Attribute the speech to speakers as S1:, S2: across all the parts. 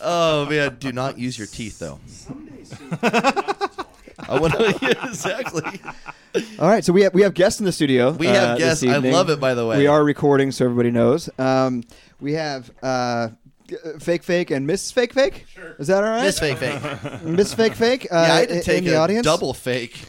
S1: Oh man, do not use your teeth though. I want to yeah, exactly.
S2: All right, so we have we have guests in the studio.
S1: We have
S2: uh, this
S1: guests. I
S2: evening.
S1: love it, by the way.
S2: We are recording, so everybody knows. Um, we have uh, g- uh, fake fake and Miss Fake Fake. Sure. Is that all right?
S1: Miss fake fake. Yeah,
S2: Miss Fake Fake. Uh,
S1: I had to
S2: in-
S1: take
S2: in the
S1: a
S2: audience.
S1: double fake.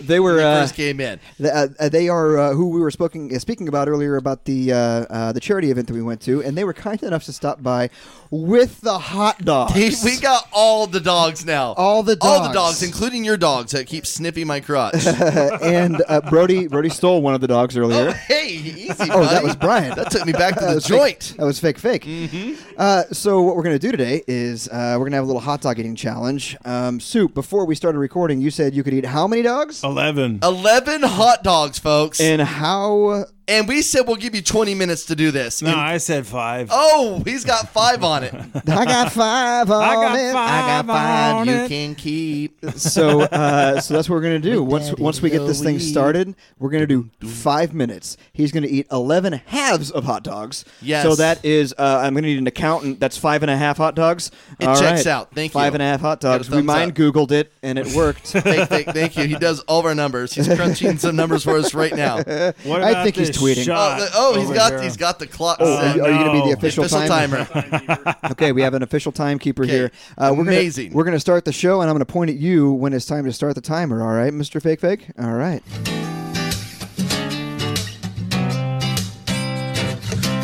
S2: They were.
S1: when I
S2: Uh,
S1: first came in.
S2: th- uh, uh, they are uh, who we were speaking uh, speaking about earlier about the uh, uh, the charity event that we went to, and they were kind enough to stop by with the hot dogs.
S1: He- we got all the dogs now.
S2: All the
S1: All the
S2: dogs.
S1: dogs, including your dogs that keep sniffing my crotch.
S2: Uh, and uh, Brody Brody stole one of the dogs earlier.
S1: oh, hey, easy, buddy.
S2: Oh, that was Brian.
S1: That took me back to
S2: That
S1: the
S2: was fake-
S1: joint. Mm-hmm.
S2: that was fake, fake. Uh, so what we're gonna do today is uh, we're gonna have a little hot dog eating challenge. Um, Soup. Before we started recording, you said you could eat how many
S3: Oh.
S2: dogs?
S3: Eleven.
S1: 11 hot dogs, folks. And,
S2: And how?
S1: we said we'll give you 20 minutes to do this.
S3: No,
S1: And-
S3: I said five.
S1: oh, he's got five on it.
S2: I got five. On
S3: I got
S2: it.
S3: five. on it.
S1: can keep.
S2: So uh, so that's what we're gonna do. Once
S1: daddy
S2: once we get
S1: go
S2: this thing
S1: eat.
S2: started, we're gonna do five minutes. He's gonna eat eleven halves of hot dogs.
S1: Yes.
S2: So that is uh, I'm gonna need an accountant. That's five and a half hot dogs.
S1: It checks out. Thank you.
S2: Five and a half hot
S1: Got a
S2: dogs. We
S1: thumbs
S2: mind
S1: up.
S2: Googled it and it worked.
S1: Thank, thank, thank you. He does all of our numbers. He's crunching some numbers for us right now. Oh,
S3: What
S2: I
S3: about
S2: think he's
S3: this
S2: tweeting.
S3: shot
S1: the- oh, he's
S3: over
S1: got
S3: here?
S1: he's got the clock
S2: Oh,
S1: set.
S2: are, you, are you gonna be the
S3: no.
S2: official,
S1: Official
S2: timer? okay, we have an official time keeper
S1: Okay.
S2: here. Uh, we're
S1: Amazing.
S2: Gonna, we're gonna start the show, and I'm gonna point at you when it's time to start the timer. All right, Mr. Fake Fake. All right.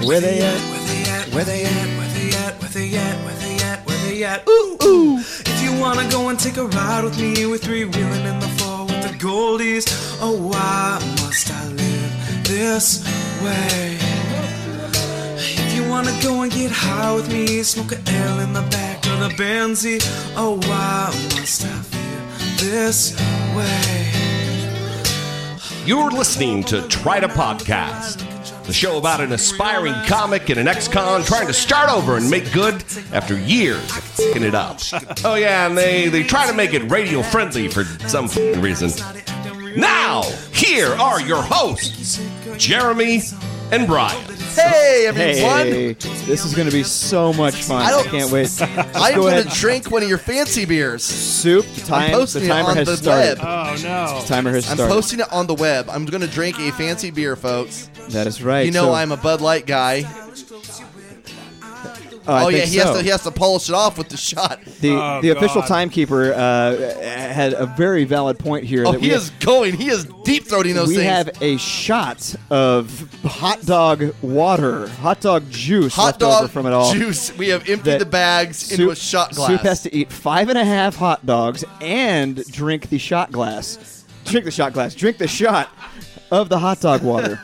S4: Where they at? Where they at? Where they at? Where they at? Where they at? Where they at? Ooh, ooh. If you wanna go and take a ride with me, we're three wheeling in the fall with the goldies. Oh, why must I live this way? If you wanna go and get high with me, smoke a L in the back of the Benzie. Oh, why must I feel this way?
S5: You're listening to Try to Podcast, the show about an aspiring comic and an ex con trying to start over and make good after years of fing it up. Oh, yeah, and they, they try to make it radio friendly for some f***ing reason. Now, here are your hosts, Jeremy and Brian.
S1: Hey, everyone.
S2: Hey, this is gonna be so much fun.
S1: I
S2: I,
S1: don't-
S2: can't wait.
S1: I'm
S2: go
S1: going
S2: ahead.
S1: to drink one of your fancy beers.
S2: Soup. The, time,
S1: posting
S2: the
S1: it
S2: timer
S1: on
S2: has
S1: the
S2: started.
S1: web.
S3: Oh no.
S2: Timer has
S1: I'm
S2: started.
S1: posting it on the web. I'm going to drink a fancy beer, folks.
S2: that is right.
S1: you know
S2: so-
S1: I'm a Bud Light guy.
S2: Oh, I
S1: oh yeah,
S2: think
S1: he
S2: so.
S1: has to he has to polish it off with the shot.
S2: the
S3: Oh,
S2: the official
S3: God.
S2: timekeeper uh, had a very valid point here.
S1: Oh,
S2: that we
S1: he is going. He is deep throating those
S2: we
S1: things.
S2: have a shot of hot dog water, hot dog juice
S1: Hot
S2: left over
S1: dog
S2: from it all.
S1: juice. We have emptied
S2: that
S1: the bags into a shot glass.
S2: Soup has to eat five and a half hot dogs and drink the shot glass. Drink the shot glass. Drink the shot of the hot dog water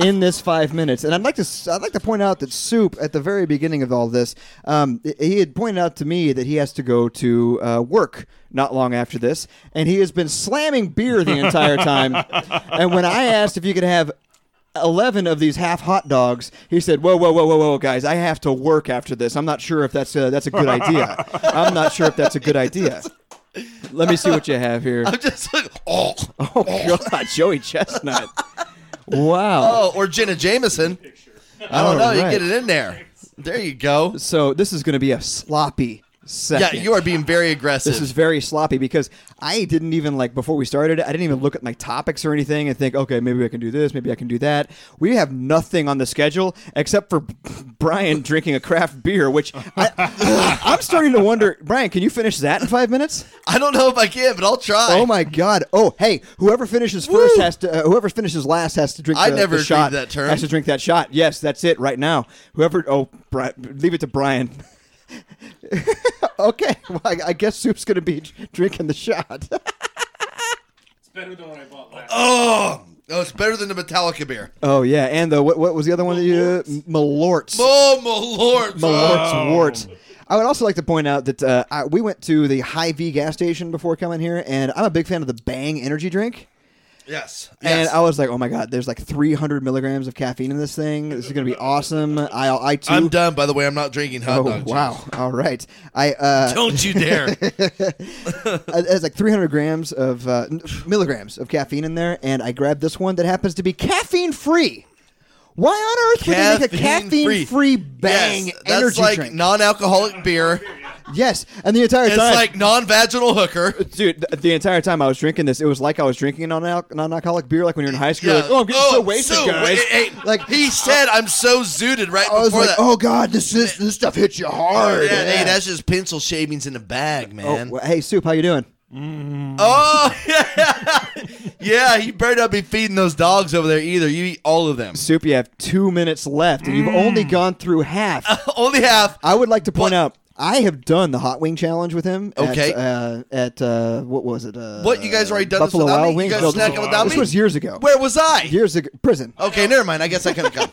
S2: in this five minutes. And I'd like to s- I'd like to point out that Soup at the very beginning of all this, um, i- he had pointed out to me that he has to go to uh, work not long after this, and he has been slamming beer the entire time. and when I asked if you could have 11 of these half hot dogs he said whoa whoa whoa whoa whoa guys i have to work after this i'm not sure if that's a, that's a good idea i'm not sure if that's a good idea let me see what you have here
S1: I'm just like, oh,
S2: oh god joey chestnut wow
S1: oh, or Jenna Jameson. I don't know. You
S2: Alright.
S1: get it in there. There you go.
S2: so this is going to be a sloppy
S1: Yeah,
S2: second
S1: you are being very aggressive.
S2: this is very sloppy because I didn't even like before we started. I didn't even look at my topics or anything and think, okay, maybe I can do this, maybe I can do that. We have nothing on the schedule except for Brian drinking a craft beer, which I, I'm starting to wonder. Brian, can you finish that in five minutes?
S1: I don't know if I can, but I'll try.
S2: Oh my God! Oh hey, whoever finishes first
S1: Woo!
S2: has to. Uh, whoever finishes last has to drink.
S1: I
S2: the,
S1: never
S2: the
S1: agreed
S2: shot.
S1: to that term.
S2: Has to drink that shot. Yes, that's it. Right now, whoever. Oh, Bri- leave it to Brian. okay, well, I, I guess Soup's gonna be dr- drinking the shot.
S1: Oh, oh, it's better than the Metallica beer.
S2: oh yeah, and the what, what was the other one that you? Malorts.
S1: Oh my lord.
S2: Malort's wart. I would also like to point out that uh, I, we went to the High V gas station before coming here, and I'm a big fan of the Bang energy drink.
S1: Yes.
S2: And
S1: yes.
S2: I was like, "Oh my god, there's like 300 milligrams of caffeine in this thing. This is gonna be awesome." I, I too.
S1: I'm done. By the way, I'm not drinking hot
S2: Oh
S1: dog juice.
S2: wow! All right, I uh,
S1: Don't you dare.
S2: it's like 300 grams of uh, n- milligrams of caffeine in there, and I grabbed this one that happens to be caffeine free, Why on earth would they make a
S1: Caffeine-free.
S2: caffeine-free bang
S1: yes, that's
S2: energy
S1: like
S2: drink?
S1: non-alcoholic beer.
S2: yes, and the entire
S1: It's
S2: time,
S1: like non-vaginal hooker.
S2: dude, th- the entire time I was drinking this, it was like I was drinking a non- non-alcoholic beer, like when you're in high school.
S1: Yeah.
S2: Like, oh, I'm getting so wasted,
S1: so-
S2: guys.
S1: hey, hey,
S2: like uh,
S1: he said, I'm so zooted right
S2: I was
S1: before
S2: like,
S1: that.
S2: oh god, this is, this stuff hits you
S1: yeah,
S2: hard.
S1: Hey, that's just pencil shavings in a bag,
S2: Oh,
S1: man.
S2: well, hey, soup, how you doing?
S1: Oh, yeah, yeah. You better not be feeding those dogs over there either. You eat all of them.
S2: Soup, you have two minutes left, and you've only gone through half.
S1: Only half.
S2: I would like to point
S1: Mm. What-
S2: out I have done the hot wing challenge with him. at,
S1: Okay.
S2: uh, At, uh, what was it? Uh,
S1: What, you guys already done this
S2: Buffalo
S1: without
S2: Wild
S1: me? You
S2: Wings?
S1: guys
S2: No, this
S1: snacking
S2: was-
S1: without
S2: this
S1: me?
S2: was years ago.
S1: Where Oh. was I?
S2: Years ago, prison.
S1: Okay, never mind. I guess I couldn't come.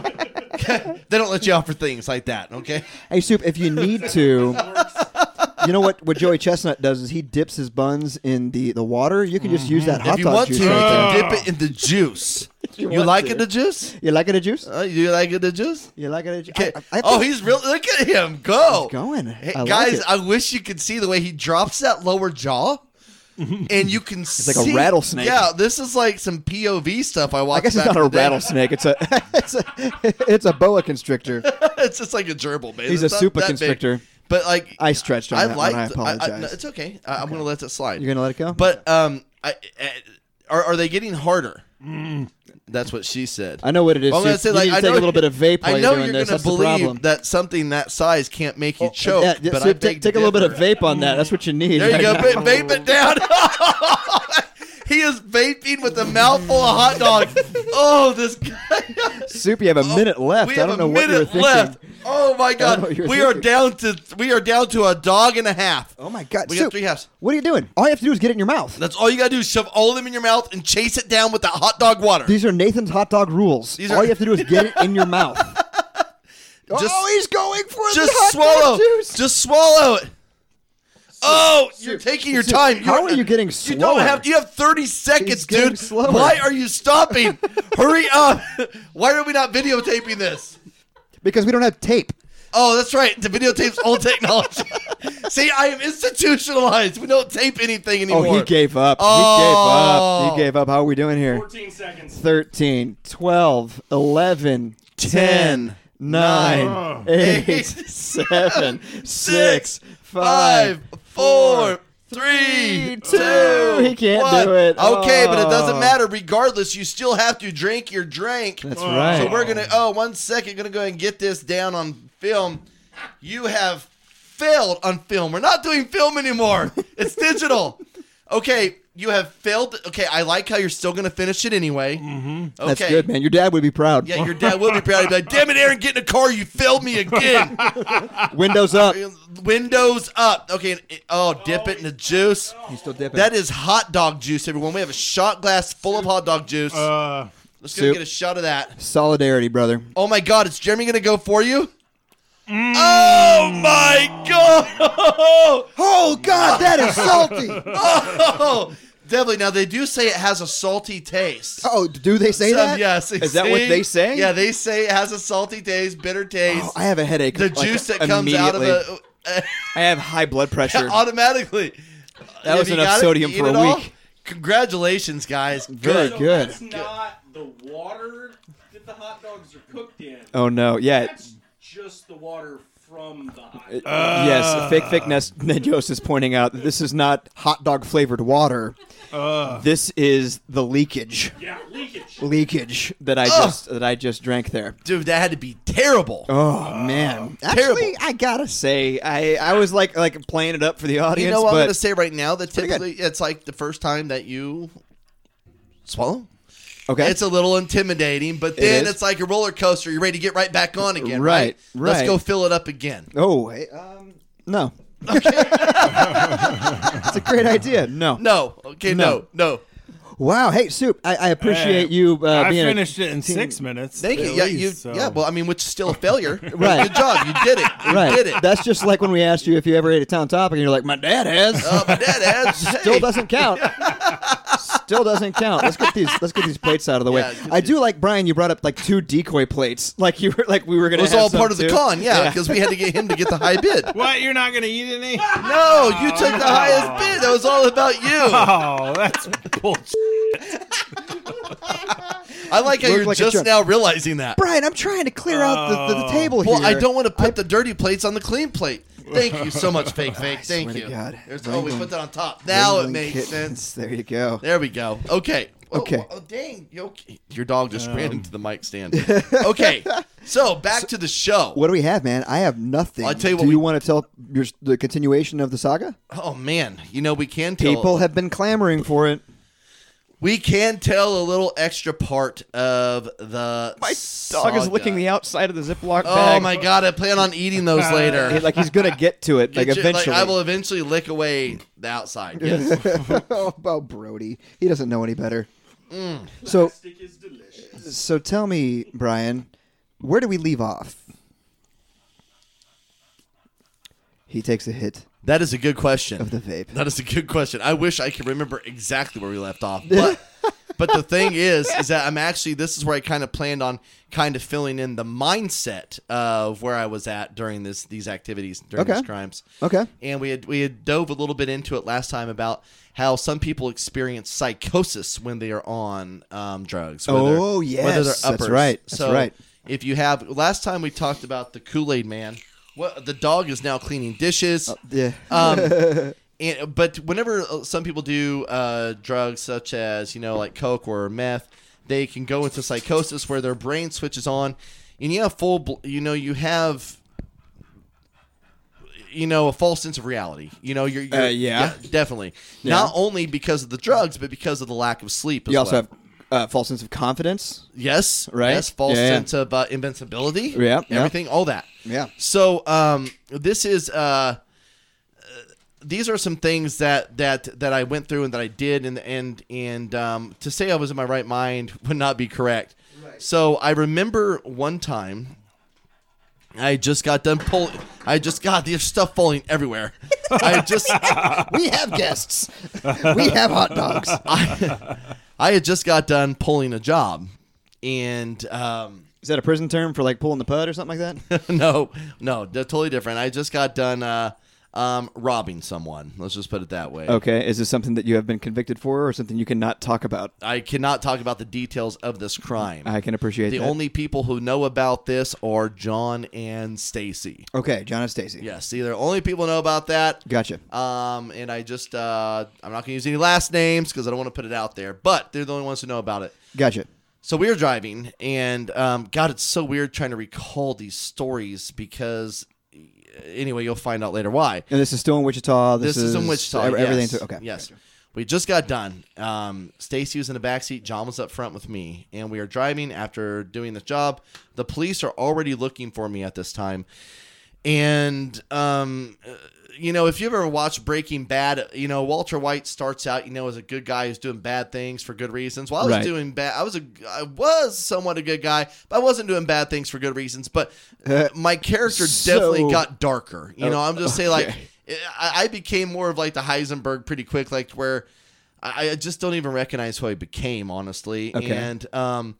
S1: they don't let you out for things like that. Okay.
S2: Hey, soup, if you need to. You know what? What Joey Chestnut does is he dips his buns in the, the water. You can just use that hot
S1: Mm-hmm. if you
S2: dog
S1: want to,
S2: juice.
S1: you
S2: right
S1: can dip it in the juice. you
S2: want
S1: like
S2: to.
S1: it the juice?
S2: there. You like it a juice?
S1: Uh, you like it the juice?
S2: You like it a juice?
S1: Okay. oh, he's real. Look at him go.
S2: He's going.
S1: Hey,
S2: I like
S1: guys,
S2: it.
S1: I wish you could see the way he drops that lower jaw. And you can see.
S2: like a rattlesnake.
S1: Yeah, this is like some POV stuff I watched.
S2: I guess it's
S1: back
S2: not a
S1: in the day.
S2: rattlesnake. It's a it's a it's a boa constrictor.
S1: it's just like a gerbil, man.
S2: He's
S1: It's
S2: a
S1: not
S2: super
S1: that big.
S2: constrictor.
S1: But like,
S2: I stretched on
S1: I
S2: that
S1: like.
S2: one. I apologize.
S1: it's okay. I, I'm gonna let that slide.
S2: You're gonna let it go?
S1: But um, I, I, are are they getting harder? That's what she said.
S2: I know what it is.
S1: I'm gonna
S2: Soup.
S1: say
S2: You
S1: like
S2: need to
S1: I
S2: take
S1: know
S2: a little bit of vape while
S1: I
S2: you're
S1: know
S2: doing
S1: you're
S2: this.
S1: gonna
S2: That's the problem.
S1: believe that something that size can't make you choke.
S2: Yeah, yeah,
S1: but
S2: so
S1: I
S2: take,
S1: beg
S2: take
S1: to
S2: a little bit of
S1: differ.
S2: vape on that. That's what you need.
S1: There you
S2: right
S1: go.
S2: now.
S1: Va- vape it down. he is vaping with a mouthful of hot dog. Oh, this guy.
S2: Soup, you have a minute left.
S1: Oh, We
S2: I
S1: have
S2: don't
S1: a
S2: know what you were
S1: minute
S2: thinking.
S1: left. Oh my
S2: know
S1: god,
S2: what you
S1: we
S2: were
S1: are
S2: thinking.
S1: down to we are down to a dog and a half.
S2: Oh my God,
S1: we
S2: Soup!
S1: got three halves.
S2: What are you doing? All you have to do is get it in your mouth.
S1: That's all you gotta do. is Shove all of them in your mouth and chase it down with that hot dog water.
S2: These are Nathan's hot dog rules.
S1: These
S2: All
S1: are-
S2: you have to do is get it in your mouth. oh, he's going for the hot
S1: just
S2: Dog
S1: swallow.
S2: juice.
S1: Just swallow it. Oh, you're taking your
S2: Soup,
S1: time.
S2: how
S1: You're-
S2: are you getting
S1: You don't
S2: slower?
S1: have. You have 30 seconds,
S2: He's getting
S1: dude.
S2: slower.
S1: Why are you stopping? Hurry up! Why are we not videotaping this?
S2: because we don't have tape.
S1: Oh, that's right. The videotape's old technology. See, I am institutionalized. We don't tape anything
S2: Oh,
S1: anymore.
S2: he gave up. He gave
S1: Oh.
S2: up. He gave up. How are we doing here?
S3: 14 seconds.
S2: 13, 12, 11, 10, 9, 8, 7, 6, 5.
S1: Five, four, three,
S2: three,
S1: two.
S2: two. He can't
S1: one.
S2: do it.
S1: Okay, but it
S2: Oh.
S1: doesn't matter. Regardless, you still have to drink your drink.
S2: That's
S3: Oh.
S2: right.
S1: So we're gonna. Oh, one second. Gonna go ahead and get this down on film. You have failed on film. We're not doing film anymore. It's digital. Okay, you have failed. Okay, I like how you're still gonna finish it anyway. Mm-hmm. Okay.
S2: That's good, man. Your dad would be proud.
S1: Yeah, your dad will be proud. He'd be like, "Damn it, Aaron, get in the car. You failed me again."
S2: Windows up.
S1: Windows up. Okay. and it- Oh, dip it in the juice.
S2: Oh. He's still dipping.
S1: That is hot dog juice, everyone. We have a shot glass full of hot dog juice.
S3: Uh,
S1: Let's go
S2: soup.
S1: get a shot of that.
S2: Solidarity, brother.
S1: Oh my God, is Jeremy gonna go for you?
S2: Mm.
S1: Oh my God!
S2: Oh, God, that is salty.
S1: Oh, definitely. Now they do say it has a salty taste.
S2: Oh, do they say
S1: Um,
S2: that?
S1: yes. they
S2: Is that what
S1: say-
S2: they say?
S1: Yeah, they say it has a salty taste, bitter taste.
S2: Oh, I have a headache.
S1: the
S2: like,
S1: juice that comes out of
S2: immediately.
S1: a
S2: I have high blood pressure.
S1: automatically. Have
S2: was
S1: you
S2: enough
S1: got it?
S2: sodium
S1: You
S2: for
S1: eat
S2: a
S1: it all?
S2: week.
S1: Congratulations, guys.
S2: Very
S1: Good.
S3: so
S2: good.
S3: That's not the water that the hot dogs are cooked in.
S2: oh, no. Yeah.
S3: That's just the water from the hot
S1: Uh,
S3: dog.
S2: yes, fake thickness. Ned Yost is pointing out that this is not hot dog flavored water. this is the leakage,
S3: yeah, leakage.
S2: leakage that I just that I just drank there.
S1: Dude, that had to be terrible.
S2: Oh man, actually,
S1: Terrible.
S2: I gotta say, I I was like like playing it up for the audience.
S1: you know what I'm
S2: but
S1: going to say right now? That
S2: pretty good.
S1: typically it's like the first time that you swallow.
S2: okay,
S1: It's a little intimidating, but then
S2: is.
S1: it's like a roller coaster. You're ready to get right back on again.
S2: Right,
S1: Right,
S2: right.
S1: Let's go fill it up again.
S2: oh hey, um, no, it's a great idea. No,
S1: No. Okay, no, no.
S2: wow. Hey, soup, I, I appreciate you uh,
S3: I
S2: being a-
S3: finished it in six minutes.
S1: Thank you.
S3: at
S1: Yeah,
S3: least,
S1: you,
S3: so.
S1: yeah, well, I mean, which is still a failure.
S2: Right.
S1: Good job. You did it. You
S2: Right,
S1: did it.
S2: that's just like when we asked you if you ever ate a town topic, and you're like, my dad has.
S1: Uh, but that adds-
S2: Still
S1: hey.
S2: doesn't count. Still doesn't count. Let's get these. Let's get these plates out of the way.
S1: Yeah, get
S2: I do like Brian. You brought up like two decoy plates. Like you were like we were gonna.
S1: It was
S2: have
S1: all
S2: some
S1: part of the
S2: too.
S1: con, yeah, because we had to get him to get the high bid.
S3: What? You're not going to eat any?
S1: No, you took the highest bid. That was all about you.
S3: Oh, that's bullshit.
S1: I like how
S2: Look
S1: you're
S2: like a
S1: just
S2: chump.
S1: now realizing that.
S2: Brian, I'm trying to clear out the, the, the table
S1: Oh. Well,
S2: here.
S1: I don't want to put the dirty plates on the clean plate. Thank you so much, fake fake. Thank
S2: swear
S1: you.
S2: to God.
S1: There's, oh, we
S2: Wrangling-
S1: put that on top. Now it
S2: Wrangling
S1: makes
S2: kittens.
S1: sense.
S2: There you go.
S1: There we go. Okay. Oh,
S2: Okay.
S1: Oh, dang. You okay? Your dog just ran into the mic stand. Okay. So back to the show.
S2: What do we have, man? I have nothing.
S1: I'll tell you
S2: do
S1: what we-
S2: you want to tell your, the continuation of the saga?
S1: Oh man, you know we can tell
S2: People have been clamoring for it.
S1: we can tell a little extra part of the.
S6: My dog
S1: saga.
S6: is licking the outside of the Ziploc bag.
S1: Oh my god! I plan on eating those later.
S2: It- like he's gonna get to it. like
S1: Get you-
S2: eventually.
S1: I will eventually lick away the outside. Yes.
S2: oh, about Brody. He doesn't know any better. So,
S3: Stick is delicious.
S2: so tell me, Brian, where do we leave off? He takes a hit
S1: that is a good question.
S2: of the vape.
S1: That is a good question. I wish I could remember exactly where we left off. But but the thing is, is that I'm actually this is where I kind of planned on kind of filling in the mindset of where I was at during this these activities during
S2: Okay.
S1: these crimes.
S2: Okay.
S1: And we had we had dove a little bit into it last time about how some people experience psychosis when they are on um, drugs. whether-
S2: Oh, yes.
S1: whether they're
S2: That's
S1: uppers.
S2: right. That's
S1: so
S2: right.
S1: If you have last time we talked about the Kool Aid Man. What the dog is now cleaning dishes.
S2: Yeah.
S1: Um, and, but whenever uh, some people do uh, drugs such as you know like coke or meth, they can go into psychosis where their brain switches on, and you have full bl- you know you have you know a false sense of reality. You know you're, you're
S2: Uh, yeah.
S1: definitely not only because of the drugs but because of the lack of sleep. As
S2: you also
S1: well.
S2: have uh, false sense of confidence.
S1: Yes,
S2: Right?
S1: Yes, false
S2: Yeah, yeah.
S1: sense of uh, invincibility.
S2: Yeah, yeah.
S1: everything, all that.
S2: Yeah.
S1: So um, this is uh, uh, these are some things that that that I went through and that I did and and and um, to say I was in my right mind would not be correct. So I remember one time I just got done pull. I just got there's stuff falling everywhere. I just
S2: We have guests. we have hot dogs.
S1: I, I had just got done pulling a job and. Um,
S2: Is that a prison term for like pulling the pud or something like that?
S1: no, no, they're totally different. I just got done uh, um, robbing someone. Let's just put it that way.
S2: okay. Is this something that you have been convicted for, or something you cannot talk about?
S1: I cannot talk about the details of this crime.
S2: I can appreciate
S1: the
S2: that.
S1: only people who know about this are John and Stacy.
S2: okay, John and Stacy.
S1: Yes, see, they're the only people who know about that.
S2: Gotcha.
S1: Um, and I just uh, I'm not going to use any last names because I don't want to put it out there. But they're the only ones who know about it.
S2: Gotcha.
S1: So we were driving, and um, God, it's so weird trying to recall these stories because anyway, you'll find out later why.
S2: And this is still in Wichita. This,
S1: This is in Wichita.
S2: ev- Everything's
S1: yes.
S2: okay.
S1: Yes. We just got done. Um, Stacy was in the back seat. John was up front with me, and we are driving after doing the job. The police are already looking for me at this time, and um, uh, you know if you've ever watched Breaking Bad, you know Walter White starts out, you know, as a good guy who's doing bad things for good reasons. Well, I was
S2: Right.
S1: doing bad. I was a, I was somewhat a good guy, but I wasn't doing bad things for good reasons. But my character
S2: Uh, So-
S1: definitely got darker. You know, I'm just saying, like, eh, I, I became more of like the Heisenberg pretty quick, like where I, I just don't even recognize who I became, honestly.
S2: Okay.
S1: And um,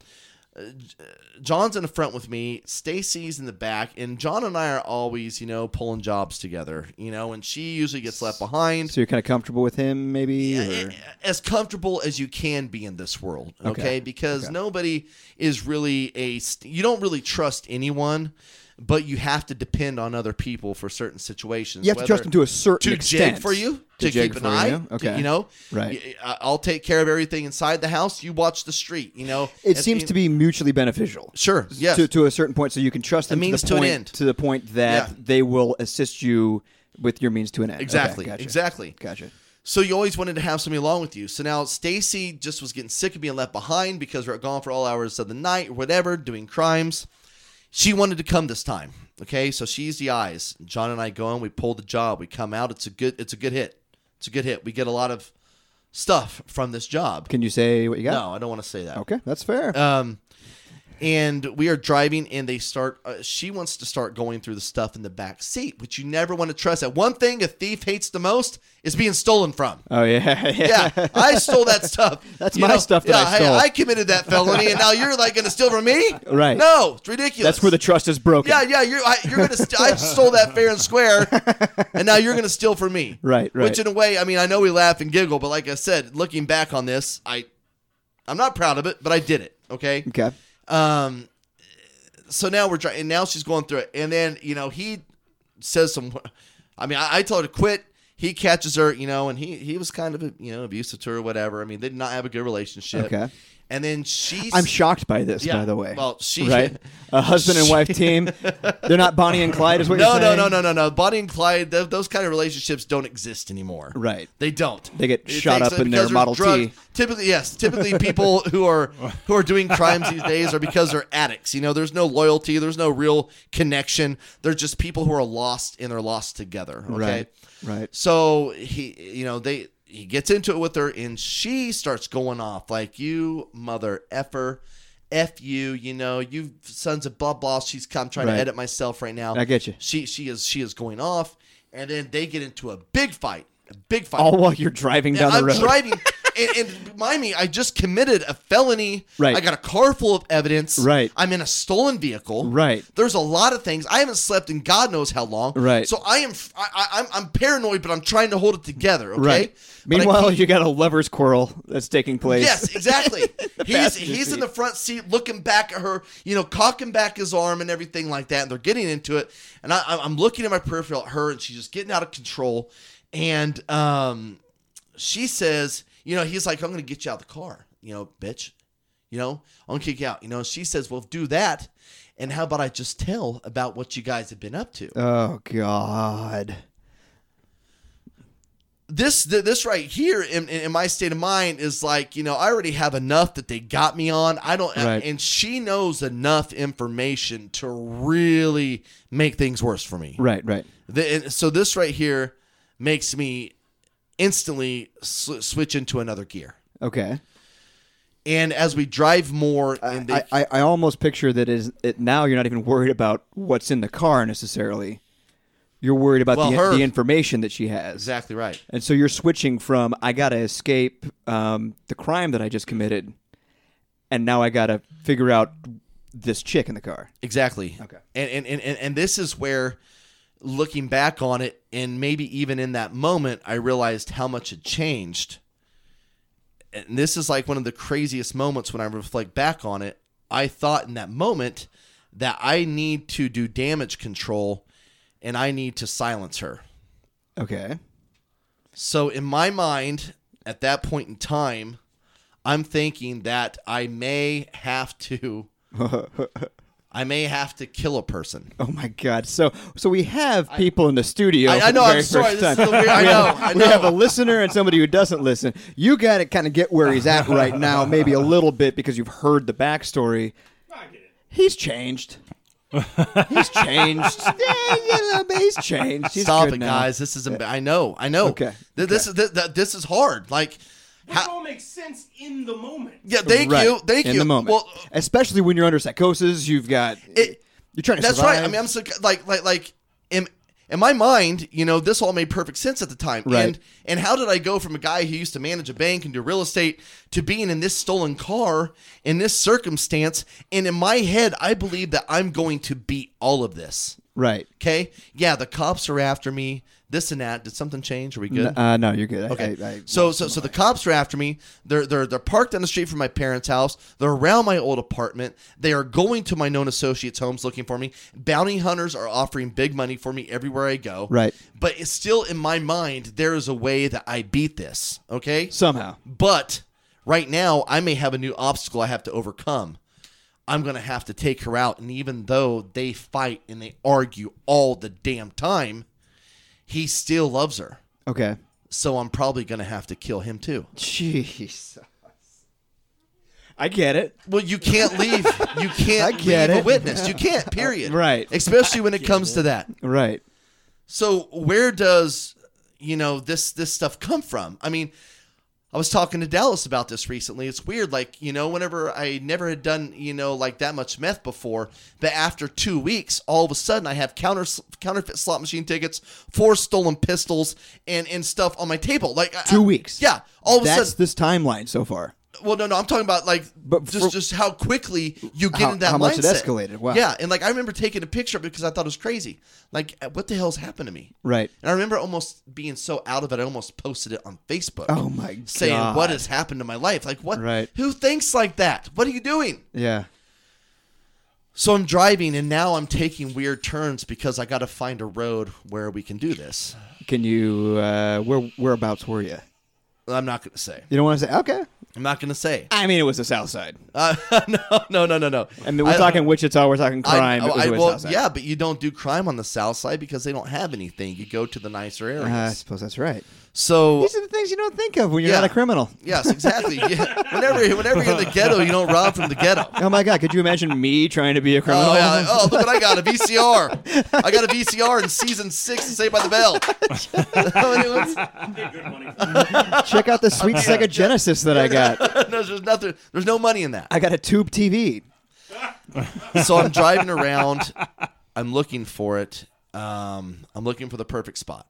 S1: uh, J- John's in the front with me, Stacy's in the back, and John and I are always, you know, pulling jobs together. You know, and she usually gets left behind
S2: So you're kind of comfortable with him, maybe? or-
S1: as comfortable as you can be in this world, okay?
S2: Okay.
S1: Because
S2: Okay.
S1: nobody is really a st- you don't really trust anyone, but you have to depend on other people for certain situations.
S2: you have to trust him to a certain
S1: to
S2: extent.
S1: jig for you.
S2: To
S1: To,
S2: jig
S1: keep an
S2: for
S1: eye,
S2: you,
S1: to-
S2: okay.
S1: you know,
S2: Right.
S1: Y- I- I'll take care of everything inside the house. You watch the street, you know.
S2: It seems to be mutually beneficial.
S1: sure, yes,
S2: To, to a certain point, so you can trust them
S1: means
S2: to
S1: to
S2: the
S1: an
S2: point
S1: end.
S2: to the point that
S1: Yeah.
S2: they will assist you with your means to an end. Okay,
S1: exactly,
S2: gotcha.
S1: exactly.
S2: Gotcha.
S1: So you always wanted to have somebody along with you. So now Stacy just was getting sick of being left behind because we are gone for all hours of the night or whatever, doing crimes. She wanted to come this time. Okay, so she's the eyes. John and I go in, we pull the job, we come out. It's a good it's a good hit. It's a good hit. We get a lot of stuff from this job.
S2: Can you say what you got?
S1: No, I don't want to say that.
S2: Okay, that's fair.
S1: Um, and we are driving, and they start. Uh, she wants to start going through the stuff in the back seat, which you never want to trust. That one thing a thief hates the most is being stolen from.
S2: oh yeah, yeah.
S1: Yeah, I stole that stuff.
S2: That's my stuff that I
S1: hey,
S2: stole.
S1: I committed that felony, and now you're like going to steal from me?
S2: Right.
S1: No, it's ridiculous.
S2: That's where the trust is broken.
S1: yeah, yeah, you're I, you're gonna. St- I stole that fair and square, and now you're gonna steal from me.
S2: Right, right.
S1: Which, in a way, I mean, I know we laugh and giggle, but like I said, looking back on this, I, I'm not proud of it, but I did it. Okay.
S2: Okay.
S1: Um, so now we're trying, and now she's going through it, and then you know he says some. I mean, I, I told her to quit. He catches her, you know, and he he was kind of you know abusive to her, or whatever. I mean, they did not have a good relationship.
S2: Okay.
S1: And then she's.
S2: I'm shocked by this,
S1: Yeah,
S2: by the way.
S1: well, she-
S2: right, a husband and wife team. They're not Bonnie and Clyde, is what
S1: No,
S2: you're
S1: no,
S2: saying.
S1: no, no, no, no. Bonnie and Clyde, th- those kind of relationships don't exist anymore.
S2: Right.
S1: They don't.
S2: They get shot
S1: takes-
S2: up
S1: because
S2: in their
S1: there's
S2: Model
S1: drugs.
S2: T.
S1: Typically, yes. Typically, people who are who are doing crimes these days are because they're addicts. You know, there's no loyalty. There's no real connection. They're just people who are lost and they're lost together. Okay.
S2: Right. Right.
S1: So he, you know, they he gets into it with her, and she starts going off like, "You mother effer, f you, you know, you sons of blah blah." She's I'm trying
S2: Right.
S1: to edit myself right now.
S2: I get you.
S1: She she is she is going off, and then they get into a big fight, a big fight.
S2: All while you're driving down
S1: I'm
S2: the road.
S1: driving. And, and mind me, I just committed a felony.
S2: Right.
S1: I got a car full of evidence.
S2: Right.
S1: I'm in a stolen vehicle.
S2: Right.
S1: There's a lot of things. I haven't slept in God knows how long.
S2: Right.
S1: So I am. I, I, I'm. I'm paranoid, but I'm trying to hold it together. Okay.
S2: Right.
S1: But I
S2: Meanwhile,
S1: keep-
S2: you got a lovers' quarrel that's taking place.
S1: Yes, exactly. he's
S2: passenger
S1: he's in
S2: seat.
S1: the front seat, looking back at her, you know, cocking back his arm and everything like that. And they're getting into it, and I, I'm looking at my peripheral at her, and she's just getting out of control. And um, she says, you know, he's like, I'm gonna get you out of the car, you know, bitch, you know, I'm gonna kick you out, you know. And she says, well, do that, and how about I just tell about what you guys have been up to?
S2: Oh God.
S1: this th- this right here in, in in my state of mind is like you know I already have enough that they got me on I don't
S2: Right.
S1: and she knows enough information to really make things worse for me
S2: Right. Right.
S1: The- and so this right here makes me instantly sw- switch into another gear
S2: Okay.
S1: and as we drive more
S2: I,
S1: and they,
S2: I, I, I almost picture that is it now you're not even worried about what's in the car necessarily. You're worried about
S1: Well,
S2: the,
S1: her-
S2: the information that she has.
S1: exactly right
S2: And so you're switching from I gotta escape um, the crime that I just committed, and now I gotta figure out this chick in the car.
S1: Exactly.
S2: Okay.
S1: And and, and, and and this is where looking back on it and maybe even in that moment I realized how much had changed. And this is like one of the craziest moments when I reflect back on it. I thought in that moment that I need to do damage control and I need to silence her.
S2: Okay.
S1: So in my mind, at that point in time, I'm thinking that I may have to I may have to kill a person.
S2: Oh my God. So so we have people in the studio.
S1: I- I
S2: for the
S1: know, I'm
S2: very
S1: sorry,
S2: first
S1: this is
S2: time.
S1: so weird. I
S2: We have-
S1: know, I
S2: We have
S1: know.
S2: a listener and somebody who doesn't listen. You got to kind of get where he's at right now, maybe a little bit because you've heard the backstory.
S3: I get it.
S2: He's changed. He's changed. yeah, you know, he's changed. He's
S1: Stop
S2: good
S1: it,
S2: now.
S1: guys. This is emb- I know. I know.
S2: Okay.
S1: Th- This is th- th- this is hard. Like
S3: This all makes sense in the moment.
S1: yeah, thank
S2: Right.
S1: you. Thank
S2: in
S1: you.
S2: the moment,
S1: Well,
S2: especially when you're under psychosis, you've got
S1: It-
S2: you're trying to.
S1: that's
S2: survive.
S1: right. I mean, I'm so, like like like in in my mind, you know, this all made perfect sense at the time.
S2: Right.
S1: And and how did I go from a guy who used to manage a bank and do real estate to being in this stolen car in this circumstance? And in my head, I believe that I'm going to beat all of this.
S2: right.
S1: Okay. Yeah, the cops are after me. This and that. Did something change? Are we good?
S2: Uh, no, you're good.
S1: Okay.
S2: I, I,
S1: so so so the cops are after me. They're they're they're parked down the street from my parents' house. They're around my old apartment. They are going to my known associates' homes looking for me. Bounty hunters are offering big money for me everywhere I go.
S2: Right.
S1: But it's still in my mind there is a way that I beat this. Okay?
S2: somehow,
S1: but right now I may have a new obstacle I have to overcome. I'm going to have to take her out and even though they fight and they argue all the damn time, he still loves her
S2: okay.
S1: so I'm probably going to have to kill him too.
S2: Jesus, I get it.
S1: Well, you can't leave. You can't
S2: I get
S1: leave a
S2: it.
S1: witness. You can't. Period.
S2: Right.
S1: Especially when it comes to that.
S2: Right.
S1: So where does you know this this stuff come from? I mean, I was talking to Dallas about this recently. It's weird, like you know, whenever I never had done you know like that much meth before, but after two weeks, all of a sudden I have counter counterfeit slot machine tickets, four stolen pistols, and and stuff on my table. Like I-
S2: Two
S1: I-
S2: weeks.
S1: Uh, Yeah, all of a
S2: That's
S1: sudden
S2: this timeline so far.
S1: Well, no, no, I'm talking about like
S2: But
S1: just
S2: for-
S1: just how quickly you get
S2: How-
S1: in that
S2: how much it
S1: mindset.
S2: escalated. Wow.
S1: Yeah, and like I remember taking a picture because I thought it was crazy. Like, what the hell's happened to me?
S2: Right.
S1: And I remember almost being so out of it, I almost posted it on Facebook.
S2: Oh my
S1: Saying
S2: God.
S1: what has happened to my life? Like what?
S2: Right.
S1: Who thinks like that? What are you doing?
S2: Yeah.
S1: So I'm driving, and now I'm taking weird turns because I got to find a road where we can do this.
S2: Can you? Uh, where whereabouts were you?
S1: I'm not gonna say.
S2: You don't want to say. Okay.
S1: I'm not gonna say.
S2: I mean, it was the South Side.
S1: Uh, no, no, no, no, no.
S2: I mean, we're talking Wichita. We're talking
S1: I- oh,
S2: crime.
S1: I-
S2: it was
S1: I-
S2: always
S1: well,
S2: South Side.
S1: yeah, but you don't do crime on the south side because they don't have anything. You go to the nicer areas.
S2: Uh, I suppose that's right.
S1: so
S2: These are the things you don't think of when you're
S1: Yeah.
S2: not a criminal.
S1: yes, exactly. Yeah. Whenever whenever you're in the ghetto, you don't rob from the ghetto.
S2: Oh my God! Could you imagine me trying to be a criminal?
S1: Oh, yeah. oh look what I got a VCR. I got a VCR in season six of Saved by the Bell.
S3: Good money.
S2: Check out the sweet Sega Genesis that I got.
S1: no, there's nothing. There's no money in that.
S2: I got a tube TV.
S1: So I'm driving around. I'm looking for it. Um, I'm looking for the perfect spot.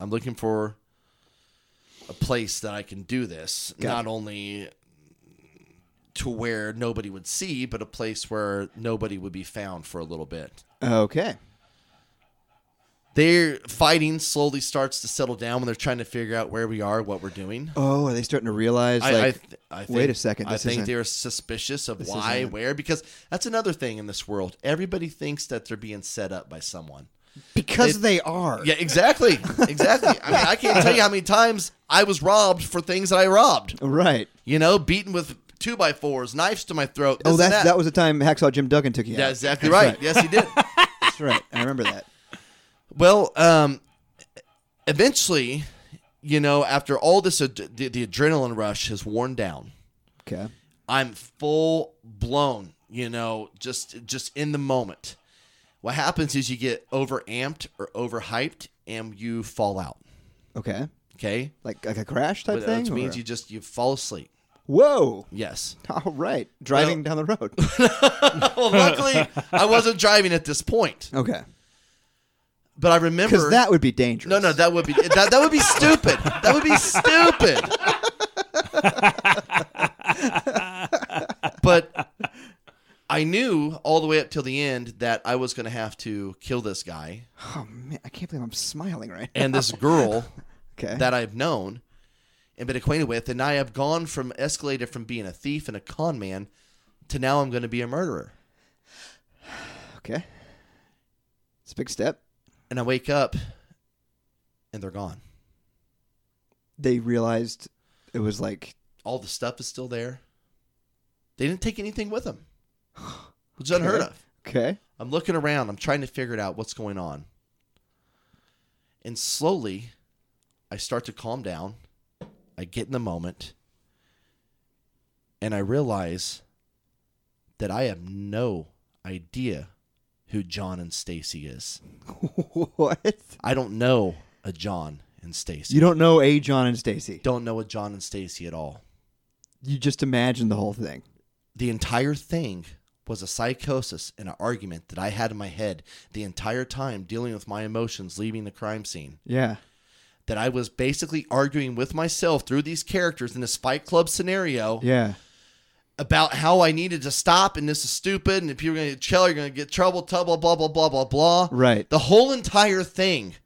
S1: I'm looking for a place that I can do this, not only to where nobody would see, but a place where nobody would be found for a little bit.
S2: Okay.
S1: Their fighting slowly starts to settle down when they're trying to figure out where we are, what we're doing.
S2: Oh, are they starting to realize?
S1: I,
S2: like,
S1: I, th- I think,
S2: wait a second,
S1: I
S2: this
S1: think
S2: isn't-
S1: they're suspicious of why,
S2: isn't-
S1: where, because that's another thing in this world. Everybody thinks that they're being set up by someone.
S2: because they are.
S1: Yeah, exactly, exactly. I mean, I can't tell you how many times I was robbed for things that I robbed.
S2: Right.
S1: You know, beaten with two by fours, knives to my throat.
S2: Oh,
S1: this and
S2: that's, that.
S1: that
S2: was the time Hacksaw Jim Duggan took you out.
S1: Yeah, exactly right. Yes, he did.
S2: That's right. I remember that.
S1: Well, um, eventually, you know, after all this, ad- the, the adrenaline rush has worn down.
S2: Okay.
S1: I'm full blown, you know, just just in the moment. What happens is you get overamped or overhyped, and you fall out.
S2: Okay.
S1: Okay,
S2: Like like a crash type
S1: But uh,
S2: thing.
S1: which means
S2: or-
S1: you just you fall asleep.
S2: Whoa.
S1: Yes.
S2: All right. Driving down the road.
S1: Well, luckily I wasn't driving at this point,
S2: okay.
S1: but I remember
S2: Because that would be dangerous.
S1: No, no, that would be that, that would be stupid. That would be stupid. but I knew all the way up till the end that I was going to have to kill this guy
S2: Oh man, I can't believe I'm smiling right. now.
S1: and this girl
S2: Okay.
S1: that I've known and been acquainted with, and I have gone from escalated from being a thief and a con man to now I'm going to be a murderer.
S2: okay. It's a big step.
S1: And I wake up, and they're gone.
S2: They realized it was like
S1: all the stuff is still there. They didn't take anything with them, which is unheard of.
S2: okay.
S1: I'm looking around. I'm trying to figure it out what's going on. And slowly, I start to calm down. I get in the moment. And I realize that I have no idea who John and Stacy is.
S2: what?
S1: I don't know a John and Stacy.
S2: You don't know a John and Stacy.
S1: don't know a John and Stacy at all.
S2: You just imagine the whole thing.
S1: the entire thing was a psychosis and an argument that I had in my head the entire time dealing with my emotions leaving the crime scene.
S2: Yeah.
S1: That I was basically arguing with myself through these characters in this fight club scenario
S2: Yeah.
S1: about how I needed to stop and this is stupid and if you're going to tell you're going to get trouble, trouble, blah, blah, blah, blah, blah.
S2: Right.
S1: The whole entire thing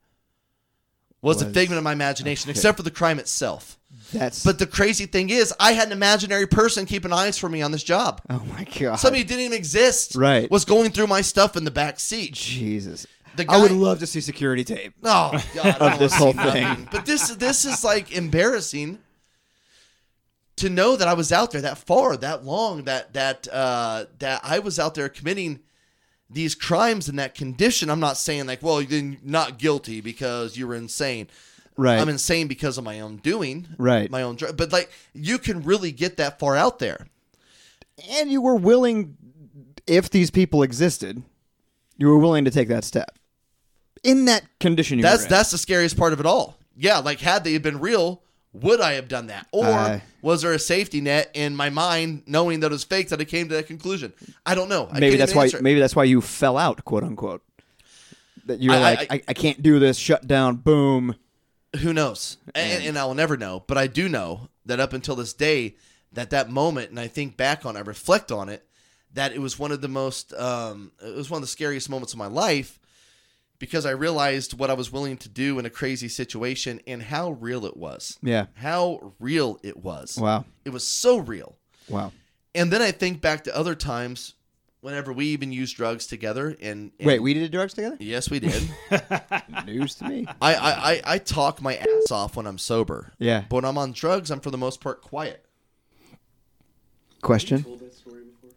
S1: was, a
S2: Was-
S1: figment of my imagination, except for the crime itself.
S2: That's.
S1: But the crazy thing is, I had an imaginary person keeping eyes for me on this job.
S2: oh my god.
S1: Somebody who didn't even exist.
S2: Right.
S1: Was going through my stuff in the back seat.
S2: Jesus.
S1: The
S2: I would
S1: guy-
S2: love to see security tape.
S1: Oh God. I don't
S2: this
S1: wanna
S2: whole
S1: see nothing.
S2: thing.
S1: But this this is like embarrassing to know that I was out there that far, that long, that that uh that I was out there committing these crimes in that condition. I'm not saying like, well, you're not guilty because you were insane.
S2: Right.
S1: I'm insane because of my own doing.
S2: Right.
S1: My own dr- but like you can really get that far out there.
S2: and you were willing, if these people existed, you were willing to take that step. In that condition, you
S1: That's
S2: were in.
S1: that's the scariest part of it all. Yeah, like had they been real, would I have done that, or
S2: Aye.
S1: was there a safety net in my mind, knowing that it was fake, that I came to that conclusion? I don't know. I
S2: maybe
S1: can't
S2: that's
S1: even
S2: why.
S1: answer.
S2: Maybe that's why you fell out, quote unquote. That you're
S1: I- I-
S2: like, I,
S1: I-
S2: I, can't do this. Shut down. Boom.
S1: who knows, and, and I will never know. But I do know that up until this day, that that moment, and I think back on, I reflect on it, that it was one of the most, um, it was one of the scariest moments of my life because I realized what I was willing to do in a crazy situation and how real it was.
S2: Yeah.
S1: How real it was.
S2: Wow.
S1: It was so real.
S2: Wow.
S1: And then I think back to other times whenever we even used drugs together. And, and-
S2: Wait, we did drugs together?
S1: Yes, we did.
S2: News to me.
S1: I, I, I, I talk my ass off when I'm sober.
S2: Yeah.
S1: But when I'm on drugs, I'm for the most part quiet.
S2: Question.
S3: Told that story before.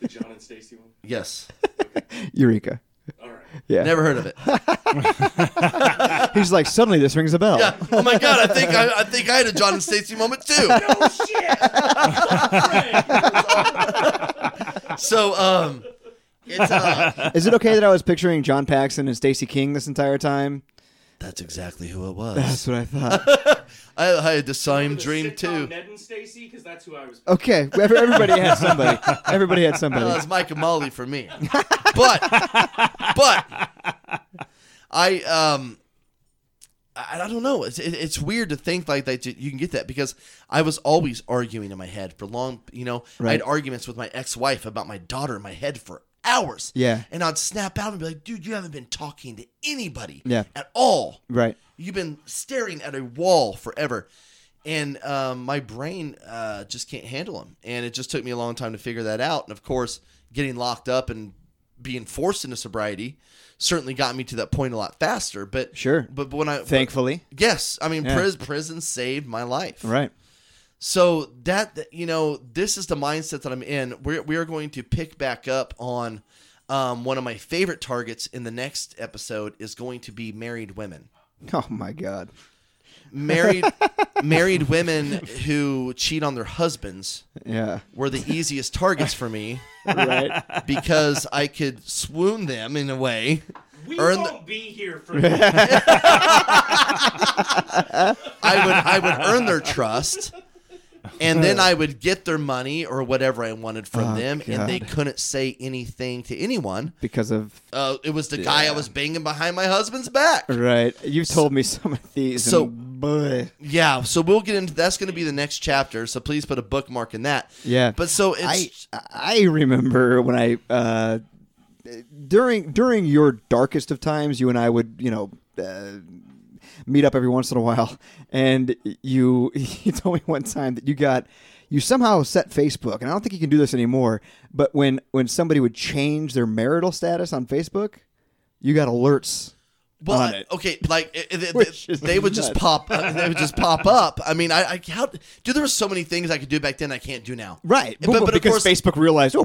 S3: the John and Stacy one.
S1: Yes.
S2: Eureka.
S3: All right.
S2: Yeah.
S1: Never heard of it.
S2: He's like, suddenly this rings a bell.
S1: Yeah. Oh my god, I think I, I think I had a John and Stacy moment too.
S3: Oh shit!
S1: So um it's uh,
S2: Is it okay that I was picturing John Paxson and Stacey King this entire time?
S1: That's exactly who it was.
S2: what I thought.
S1: I, I had the same dream
S3: Sitcom
S1: too.
S3: Ned and Stacy, because that's who I was.
S2: okay. ev- Everybody had somebody. Everybody had
S1: Well,
S2: somebody.
S1: it's Mike and Molly for me. But but I um I, I don't know. It's it, it's weird to think like that you you can get that because I was always arguing in my head for long. You know, I had
S2: Right.
S1: arguments with my ex-wife about my daughter in my head for hours.
S2: Yeah.
S1: and I'd snap out and be like, "Dude, you haven't been talking to anybody.
S2: Yeah.
S1: at all.
S2: Right.
S1: You've been staring at a wall forever. And um, my brain uh, just can't handle them. And it just took me a long time to figure that out. And of course, getting locked up and being forced into sobriety certainly got me to that point a lot faster. But
S2: Sure.
S1: But, but when I
S2: Thankfully.
S1: yes, I mean,
S2: Yeah.
S1: pris- prison saved my life.
S2: Right.
S1: So that that- you know, this is the mindset that I'm in. We're we are going to pick back up on um, one of my favorite targets in the next episode is going to be married women
S2: Oh my God.
S1: married married women who cheat on their husbands
S2: Yeah.
S1: were the easiest targets for me
S2: Right.
S1: because I could swoon them in a way.
S3: We
S1: Earn the-
S3: won't be here for. That's
S1: I would I would earn their trust. And then I would get their money or whatever I wanted from
S2: Oh,
S1: them, and they
S2: God.
S1: couldn't say anything to anyone.
S2: because of
S1: Uh, it was the guy I was banging behind my husband's back.
S2: right. You've told me some of these.
S1: So-
S2: and, boy.
S1: Yeah, so we'll get into that's going to be the next chapter. So please put a bookmark in that.
S2: Yeah.
S1: but so it's
S2: I I remember when I uh, during during your darkest of times, you and I would you know. Uh, meet up every once in a while and you you told me one time that you got you somehow set Facebook and I don't think you can do this anymore but when when somebody would change their marital status on Facebook you got alerts
S1: well,
S2: on
S1: I-
S2: it.
S1: Okay, like it, it-
S2: Which
S1: it-
S2: is
S1: they would just
S2: nuts.
S1: pop. uh, they would just pop up. I mean, I, I how, dude, there were so many things I could do back then I can't do now.
S2: right
S1: But- but of
S2: because
S1: course-
S2: Facebook realized oh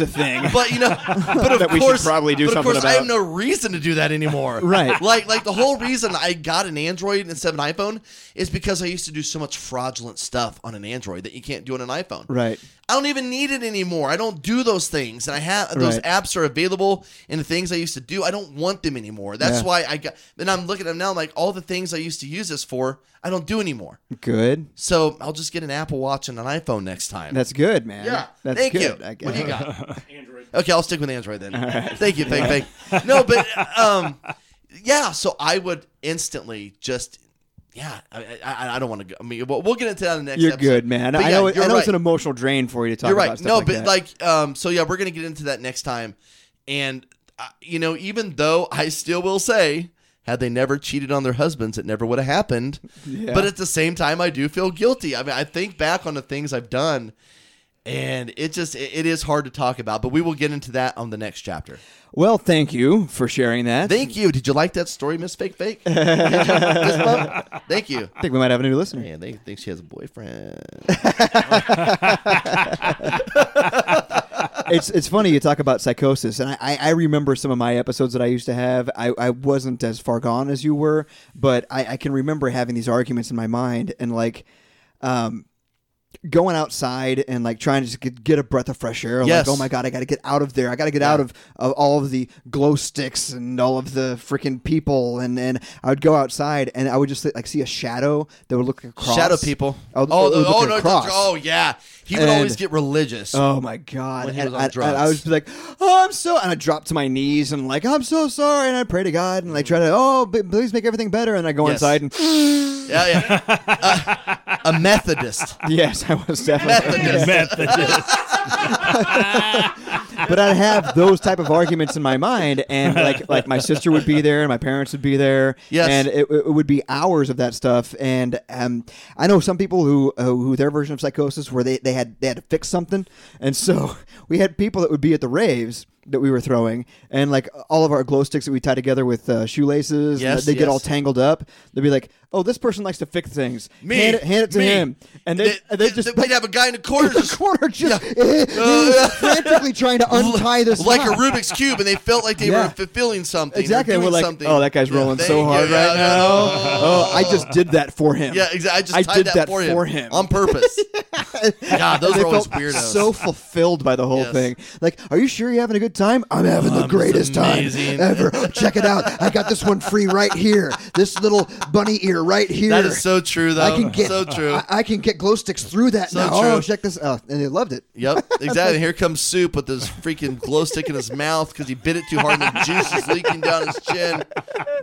S2: a thing
S1: But you know, but of
S2: That we should
S1: course,
S2: probably do
S1: but
S2: something
S1: of course, I have
S2: about.
S1: no reason to do that anymore.
S2: Right.
S1: Like, like the whole reason I got an Android instead of an iPhone is because I used to do so much fraudulent stuff on an Android that you can't do on an iPhone.
S2: right
S1: I don't even need it anymore. I don't do those things, and I have those
S2: Right.
S1: apps are available, and the things I used to do, I don't want them anymore. That's
S2: Yeah.
S1: why I got. And I'm looking at them now, I'm like all the things I used to use this for, I don't do anymore.
S2: good
S1: So I'll just get an Apple Watch and an iPhone next time.
S2: That's good, man.
S1: yeah,
S2: that's
S1: thank
S2: good.
S1: you.
S2: I
S1: What do you
S2: guess.
S1: got?
S3: Android.
S1: Okay, I'll stick with Android then. Thank you, thank, thank. No, but um, yeah. So I would instantly just, yeah. I I, I don't want to go. I mean, we'll, we'll get into that in the next.
S2: You're
S1: episode.
S2: good, man.
S1: But
S2: I
S1: yeah,
S2: know. it-
S1: you're
S2: I know it's
S1: right.
S2: an emotional drain for you to talk
S1: You're
S2: about
S1: right.
S2: stuff
S1: No,
S2: like
S1: but
S2: that.
S1: like, um, so yeah, we're gonna get into that next time, and uh, you know, even though I still will say, had they never cheated on their husbands, it never would have happened.
S2: Yeah.
S1: But at the same time, I do feel guilty. I mean, I think back on the things I've done, and it just it, it is hard to talk about. But we will get into that on the next chapter.
S2: well, thank you for sharing that.
S1: Thank you. Did you like that story, Miss Fake Fake? Did you? Fist bump? Thank you.
S2: I think we might have a new listener.
S1: Man, they think she has a boyfriend.
S2: it's it's funny you talk about psychosis, and I, I, I remember some of my episodes that I used to have. I, I wasn't as far gone as you were, but I, I can remember having these arguments in my mind and like um going outside and like trying to just get, get a breath of fresh air.
S1: Yes.
S2: Like, oh my god, I gotta get out of there. I gotta get out of, of all of the glow sticks and all of the freaking people and and I would go outside and I would just like see a shadow that would look across
S1: Shadow people.
S2: I would- I
S1: oh,
S2: would
S1: the-
S2: look
S1: oh no!
S2: across.
S1: Oh yeah, he would
S2: And-
S1: always get religious.
S2: Oh my god!
S1: When he
S2: and,
S1: was on
S2: I, and I
S1: drugs.
S2: was just like, "Oh, I'm so," and I dropped to my knees and like, "I'm so sorry," and I pray to God and like try to, "Oh, b- please make everything better," and I go
S1: Yes.
S2: inside and
S1: Yeah, yeah. Uh, a Methodist.
S2: Yes, I was definitely.
S1: Methodist.
S2: but I'd have those type of arguments in my mind, and like like my sister would be there, and my parents would be there,
S1: Yes.
S2: and it, it would be hours of that stuff. And um, I know some people who uh, who their version of psychosis where they, they had they had to fix something, and so we had people that would be at the raves that we were throwing, and like all of our glow sticks that we tie together with uh, shoelaces,
S1: Yes,
S2: they get
S1: yes.
S2: all tangled up. They'd be like, "Oh, this person likes to fix things.
S1: Me,
S2: hand it, hand it to
S1: me.
S2: him," and they
S1: They-
S2: and they
S1: they-
S2: just
S1: we'd have a guy in the corner
S2: the
S1: just
S2: corner just
S1: Yeah. Uh,
S2: frantically trying to untie this
S1: like
S2: knot.
S1: a Rubik's cube, and they felt like they
S2: Yeah.
S1: were fulfilling something. or
S2: Exactly, and
S1: doing
S2: we're like,
S1: something.
S2: oh, that guy's
S1: Yeah,
S2: rolling
S1: thank
S2: so
S1: you.
S2: hard
S1: Yeah,
S2: right
S1: no,
S2: now.
S1: no.
S2: Oh, I just did that for him.
S1: Yeah, exactly. I just
S2: I
S1: tied
S2: did
S1: that,
S2: that
S1: for, him.
S2: for him.
S1: on purpose. God, those
S2: They
S1: were always
S2: felt
S1: weirdos.
S2: so fulfilled by the whole
S1: Yes.
S2: thing. Like, are you sure you're having a good time? I'm having the greatest time
S1: amazing.
S2: ever. Check it out. I got this one free right here. This little bunny ear right here.
S1: that is so true, though.
S2: I can get
S1: so true.
S2: I, I can get glow sticks through that
S1: So
S2: now.
S1: true.
S2: Oh, check this out. And they loved it.
S1: Yep, exactly. Here comes Soup with his freaking glow stick in his mouth because he bit it too hard and the juice is leaking down his chin.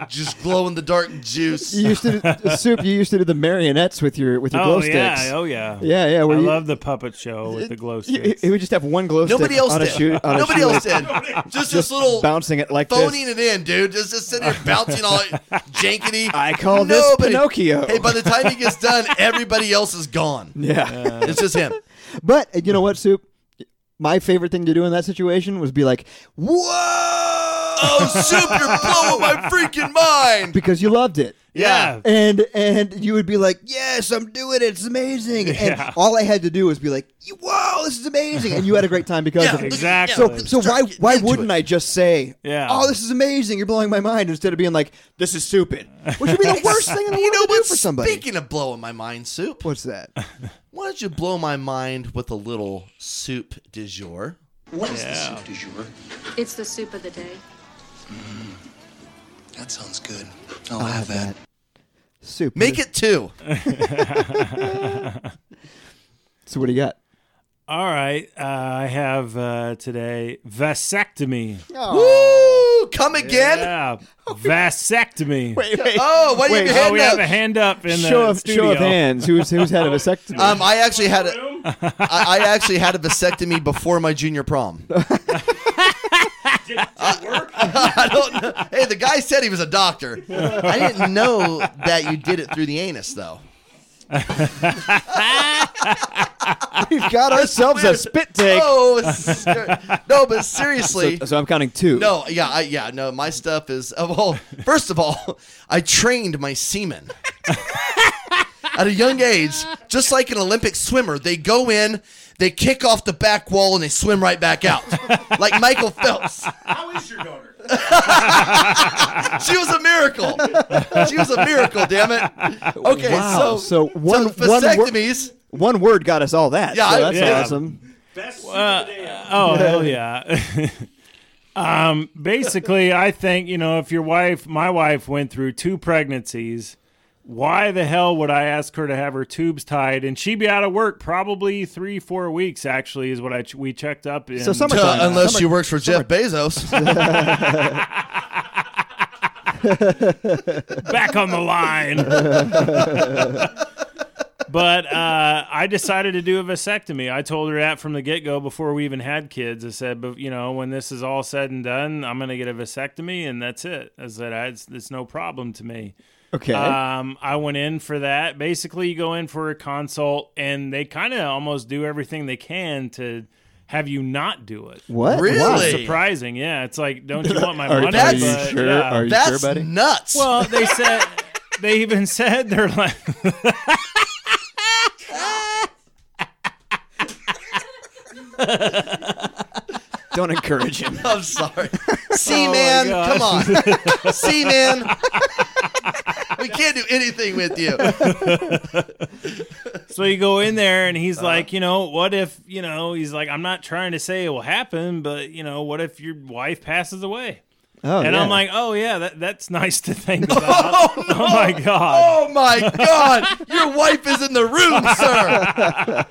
S1: Just glow in the dark juice.
S2: You used to soup. You used to do the marionettes with your with your glow
S7: Oh
S2: sticks.
S7: yeah, oh yeah,
S2: Yeah, yeah.
S7: I
S2: where you-
S7: love the puppet show with the glow
S2: He-
S7: sticks.
S2: He would just have one glow stick
S1: Nobody else
S2: on a
S1: did.
S2: shoe. on a
S1: Nobody
S2: shoelace,
S1: else did. Just this little
S2: bouncing it like
S1: phoning
S2: this.
S1: it in, dude. Just, just sitting there bouncing all jankety.
S2: I call this Pinocchio.
S1: Hey, by the time he gets done, everybody else is gone.
S2: Yeah,
S1: It's just him.
S2: but uh, you know what, soup? My favorite thing to do in that situation was be like, "Whoa!"
S1: Oh, Soup, you're blowing my freaking mind.
S2: because you loved it.
S7: yeah.
S2: And and you would be like, yes, I'm doing it. It's amazing. And all I had to do was be like, whoa, this is amazing. And you had a great time because
S1: Yeah,
S2: of it.
S1: look-
S7: exactly.
S2: So, so why
S1: Start
S2: why
S1: getting into
S2: wouldn't
S1: it.
S2: I just say,
S7: Yeah.
S2: oh, this is amazing. You're blowing my mind instead of being like, this is stupid, which would be the worst thing in the world
S1: You know
S2: to do
S1: what?
S2: for somebody.
S1: Speaking of blowing my mind, Soup,
S2: What's that?
S1: why don't you blow my mind with a little soup du jour?
S4: What is the soup du jour?
S8: It's the soup of the day.
S4: That sounds good. I'll, have that.
S2: Soup.
S1: Make it two.
S2: So what do you got?
S7: All right, uh, I have uh, today vasectomy.
S1: Woo! Come again?
S7: Yeah, vasectomy.
S2: Wait, wait.
S1: Oh, why do you
S2: Wait,
S1: have your
S7: oh, we
S1: hand
S7: have
S1: up?
S7: a hand up in
S2: show
S7: the
S2: of
S7: studio.
S2: show of hands. Who's who's had a vasectomy?
S1: Um, I actually had a, I, I actually had a vasectomy before my junior prom. I don't know. Hey, the guy said he was a doctor. I didn't know that you did it through the anus, though.
S2: We've got ourselves a spit take.
S1: Oh, s- no, but seriously.
S2: So, so I'm counting two.
S1: No, yeah, I, yeah, no. My stuff is uh, well. First of all, I trained my semen at a young age, just like an Olympic swimmer. They go in, they kick off the back wall, and they swim right back out, like Michael Phelps.
S3: How is your daughter?
S1: Uh, She was a miracle. She was a miracle. Damn it. Okay,
S2: Wow.
S1: so
S2: So,
S1: so
S2: one one word,
S1: vasectomies.
S2: one word got us all that.
S1: Yeah,
S2: so
S1: I-
S2: that's
S7: yeah.
S2: awesome.
S3: Best soup of the day.
S7: Oh hell yeah. um, basically, I think you know if your wife, my wife, went through two pregnancies. Why the hell would I ask her to have her tubes tied and she'd be out of work probably three, four weeks? Actually, is what I ch- we checked up. In.
S2: So summer-
S1: Duh,
S2: Summertime.
S1: uh, unless she works for Jeff Bezos.
S7: back on the line. but uh, I decided to do a vasectomy. I told her that from the get go before we even had kids. I said, but you know, when this is all said and done, I'm going to get a vasectomy, and that's it. I said, I, it's, it's no problem to me.
S2: Okay.
S1: Uh,
S7: Um, I went in for that. Basically, you go in for a consult, and they kind of almost do everything they can to have you not do it.
S2: what?
S1: really?
S2: Wow.
S7: Surprising, yeah. It's like, don't you want my
S2: Are,
S7: money?
S2: are you
S7: But,
S2: sure?
S7: yeah.
S2: Are you sure,
S1: That's
S2: buddy?
S1: nuts.
S7: Well, they said they even said they're like
S2: Don't encourage him.
S1: I'm sorry.
S7: Oh
S1: Seaman,
S7: God.
S1: come on. Seaman. We can't do anything with you.
S7: so you go in there and
S2: Uh-huh.
S7: he's like, you know, what if, you know, he's like I'm not trying to say it will happen, but you know, what if your wife passes away?
S2: Oh,
S7: and
S2: yeah.
S7: I'm like, "Oh yeah, that, that's nice to think about." oh, my god.
S1: Oh my God. Your wife is in the room, sir.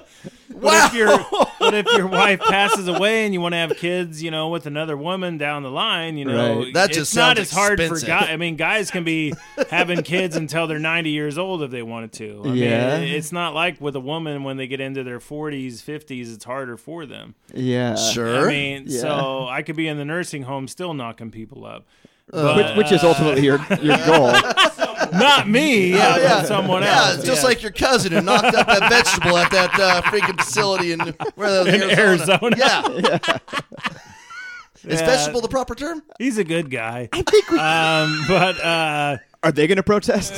S7: What if your But if your wife passes away and you want to have kids, you know, with another woman down the line, you know,
S2: Right.
S1: That
S7: it's
S1: just
S7: not
S1: sounds
S7: as hard
S1: expensive.
S7: for guys. I mean, guys can be having kids until they're 90 years old if they wanted to. I
S2: Yeah.
S7: mean, it's not like with a woman when they get into their 40s, 50s, it's harder for them.
S2: Yeah.
S1: Sure.
S7: I mean,
S2: Yeah.
S7: so I could be in the nursing home still knocking people up.
S2: Which, which
S1: uh,
S2: is ultimately your, your goal.
S7: Not me, yeah, but someone
S1: Oh, yeah,
S7: else.
S1: just
S7: yeah.
S1: like your cousin who knocked up that vegetable at that uh, freaking facility in where that was,
S7: In Arizona.
S1: Yeah. Is
S7: Yeah.
S1: vegetable the proper term?
S7: he's a good guy. I think we um, but uh,
S2: Are they going to protest?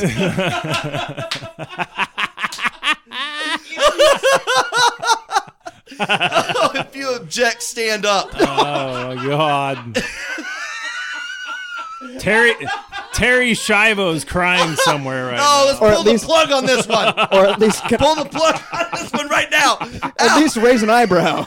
S1: Oh, If you object, stand up.
S7: Oh God. Terry Terry Shivo's crying somewhere right
S1: Oh, let's
S2: Or at
S1: pull the
S2: least-
S1: plug on this one.
S2: or at least
S1: pull the plug on this one right now.
S2: at least raise an eyebrow?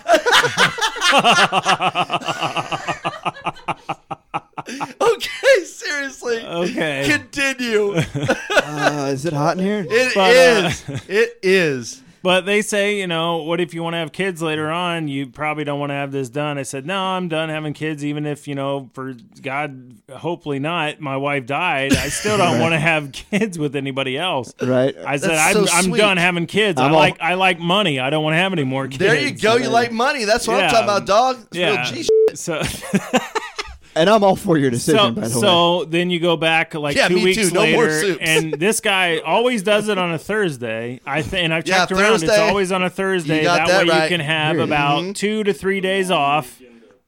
S1: Okay, seriously.
S7: now. Okay.
S1: Continue. It
S2: Uh, is it hot in here?
S1: is.
S7: But, uh,
S1: it is.
S7: But they say, you know, what if you want to have kids later on? You probably don't want to have this done. I said, no, I'm done having kids, even if, you know, for God, hopefully not, my wife died. I still don't want to have kids with anybody else.
S2: Right.
S7: I said,
S1: That's
S7: I'm,
S1: so
S7: I'm
S1: sweet.
S7: done having kids. i
S2: I'm all-
S7: like I like money. I don't want to have any more kids.
S1: There you go. You like money. That's what I'm
S7: Yeah.
S1: talking about, dog. It's real
S7: Yeah.
S1: G shit.
S7: So,
S2: and I'm all for your decision, by
S7: so,
S2: the way.
S7: so then you go back like
S1: Yeah,
S7: two
S1: me
S7: weeks
S1: too. No
S7: later,
S1: more soups.
S7: and this guy always does it on a Thursday. I th- and I've
S1: Yeah,
S7: checked around; it's
S1: Thursday.
S7: always on a Thursday.
S1: You got that
S7: way
S1: right. Mm-hmm.
S7: you can have
S2: Here.
S7: about two to three days off.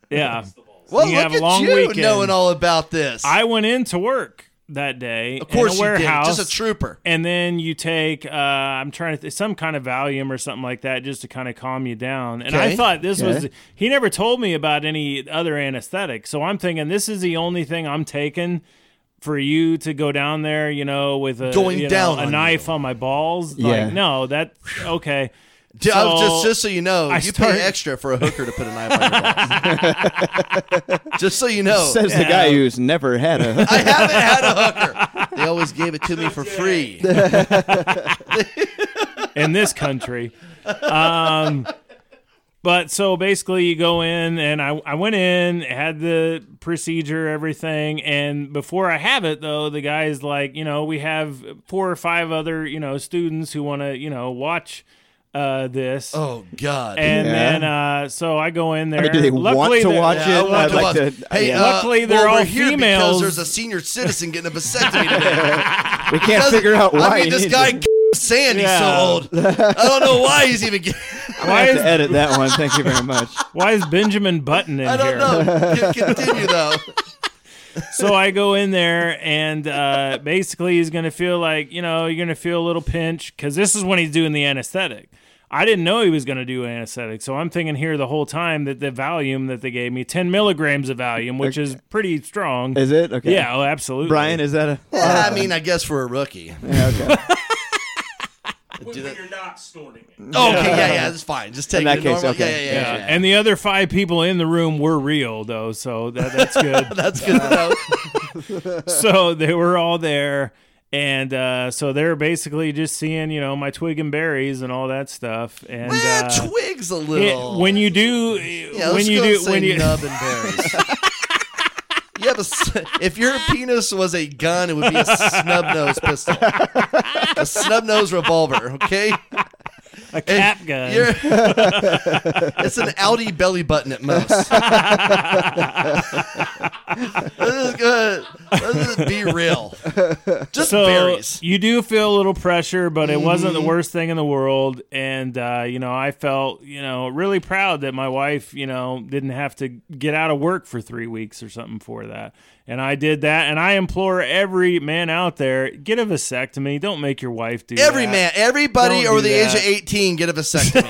S7: Yeah,
S1: Well,
S7: You
S1: look
S7: have a
S1: at
S7: long
S1: you
S7: weekend.
S1: knowing all about this.
S7: I went into work that day.
S1: of course
S7: in a
S1: you did.
S7: warehouse,
S1: Just a trooper.
S7: and then you take uh, I'm trying to th- some kind of Valium or something like that just to kind of calm you down. And
S1: Okay.
S7: I thought this was
S2: Okay.
S7: he never told me about any other anesthetic, so I'm thinking this is the only thing I'm taking for you to go down there, you know, with a
S1: Going
S7: you know,
S1: down on
S7: a
S1: you.
S7: knife on my balls.
S2: Yeah.
S7: Like no, that okay.
S1: Dude, I was
S7: So,
S1: just just so you know,
S7: I
S1: you
S7: start-
S1: pay extra for a hooker to put a knife on your balls. just so you know,
S2: Says the guy who's never had a.
S1: I haven't had a hooker. They always gave it to me for free.
S7: in this country. Um, but so basically, you go in, and I, I went in, had the procedure, everything. And before I have it, though, the guy's like, you know, we have four or five other, you know, students who want to, you know, watch uh, this.
S1: Oh God.
S7: And
S2: Yeah.
S7: then, uh, so I go in there.
S2: I mean, do they
S7: Luckily,
S2: want to
S7: the-
S2: watch
S1: Yeah, I
S2: it?
S1: want
S2: I'd
S1: to
S2: like
S1: watch-
S2: to.
S1: Hey,
S2: yeah.
S1: uh,
S7: Luckily, they're
S1: well,
S7: all
S1: we're here because
S7: females.
S1: there's a senior citizen getting a vasectomy today.
S2: we can't figure out why.
S1: I mean,
S2: he
S1: this
S2: needs
S1: guy
S2: it.
S1: Sandy's
S7: Yeah.
S1: so old. I don't know why he's even. Getting,
S7: Why
S2: I have to
S7: is,
S2: edit that one. Thank you very much.
S7: why is Benjamin Button in
S1: I
S7: here?
S1: don't know. Con- Continue though.
S7: so I go in there, and uh, basically he's gonna feel like you know you're gonna feel a little pinch because this is when he's doing the anesthetic. I didn't know he was gonna do anesthetic, so I'm thinking here the whole time that the Valium that they gave me, 10 milligrams of Valium, which is pretty strong.
S2: Is it okay?
S7: Yeah, oh, absolutely.
S2: Brian, is that a?
S1: I mean, I guess we're a rookie.
S2: Uh, Yeah, okay.
S1: Do that-
S3: You're not snorting it.
S1: Oh, okay, yeah, yeah, that's fine. Just take
S2: In that
S1: it
S2: case,
S1: normal.
S2: okay.
S1: Yeah, yeah, yeah.
S7: Yeah. Uh, And the other five people in the room were real though, so that, that's good.
S1: That's good to know.
S7: so they were all there and uh, so they're basically just seeing you know my twig and berries and all that stuff and
S1: Eh,
S7: uh,
S1: twigs a
S7: it-
S1: little.
S7: when you do
S1: yeah,
S7: when
S1: let's
S7: you
S1: go
S7: do
S1: say
S7: when you
S1: nub and berries. You have a s if your penis was a gun, it would be a snub nose pistol, a snub nose revolver. Okay,
S7: a cap gun
S1: You're- it's an Audi belly button at most. let's just go. Let's just be real. Just
S7: so
S1: berries.
S7: you do feel a little pressure but it wasn't
S1: Mm-hmm.
S7: the worst thing in the world and uh, you know i felt you know really proud that my wife you know didn't have to get out of work for three weeks or something for that and i did that and i implore every man out there get a vasectomy don't make your wife do
S1: Every
S7: that.
S1: man, everybody
S7: Don't
S1: over
S7: do
S1: the age
S7: that.
S1: of eighteen, get a vasectomy.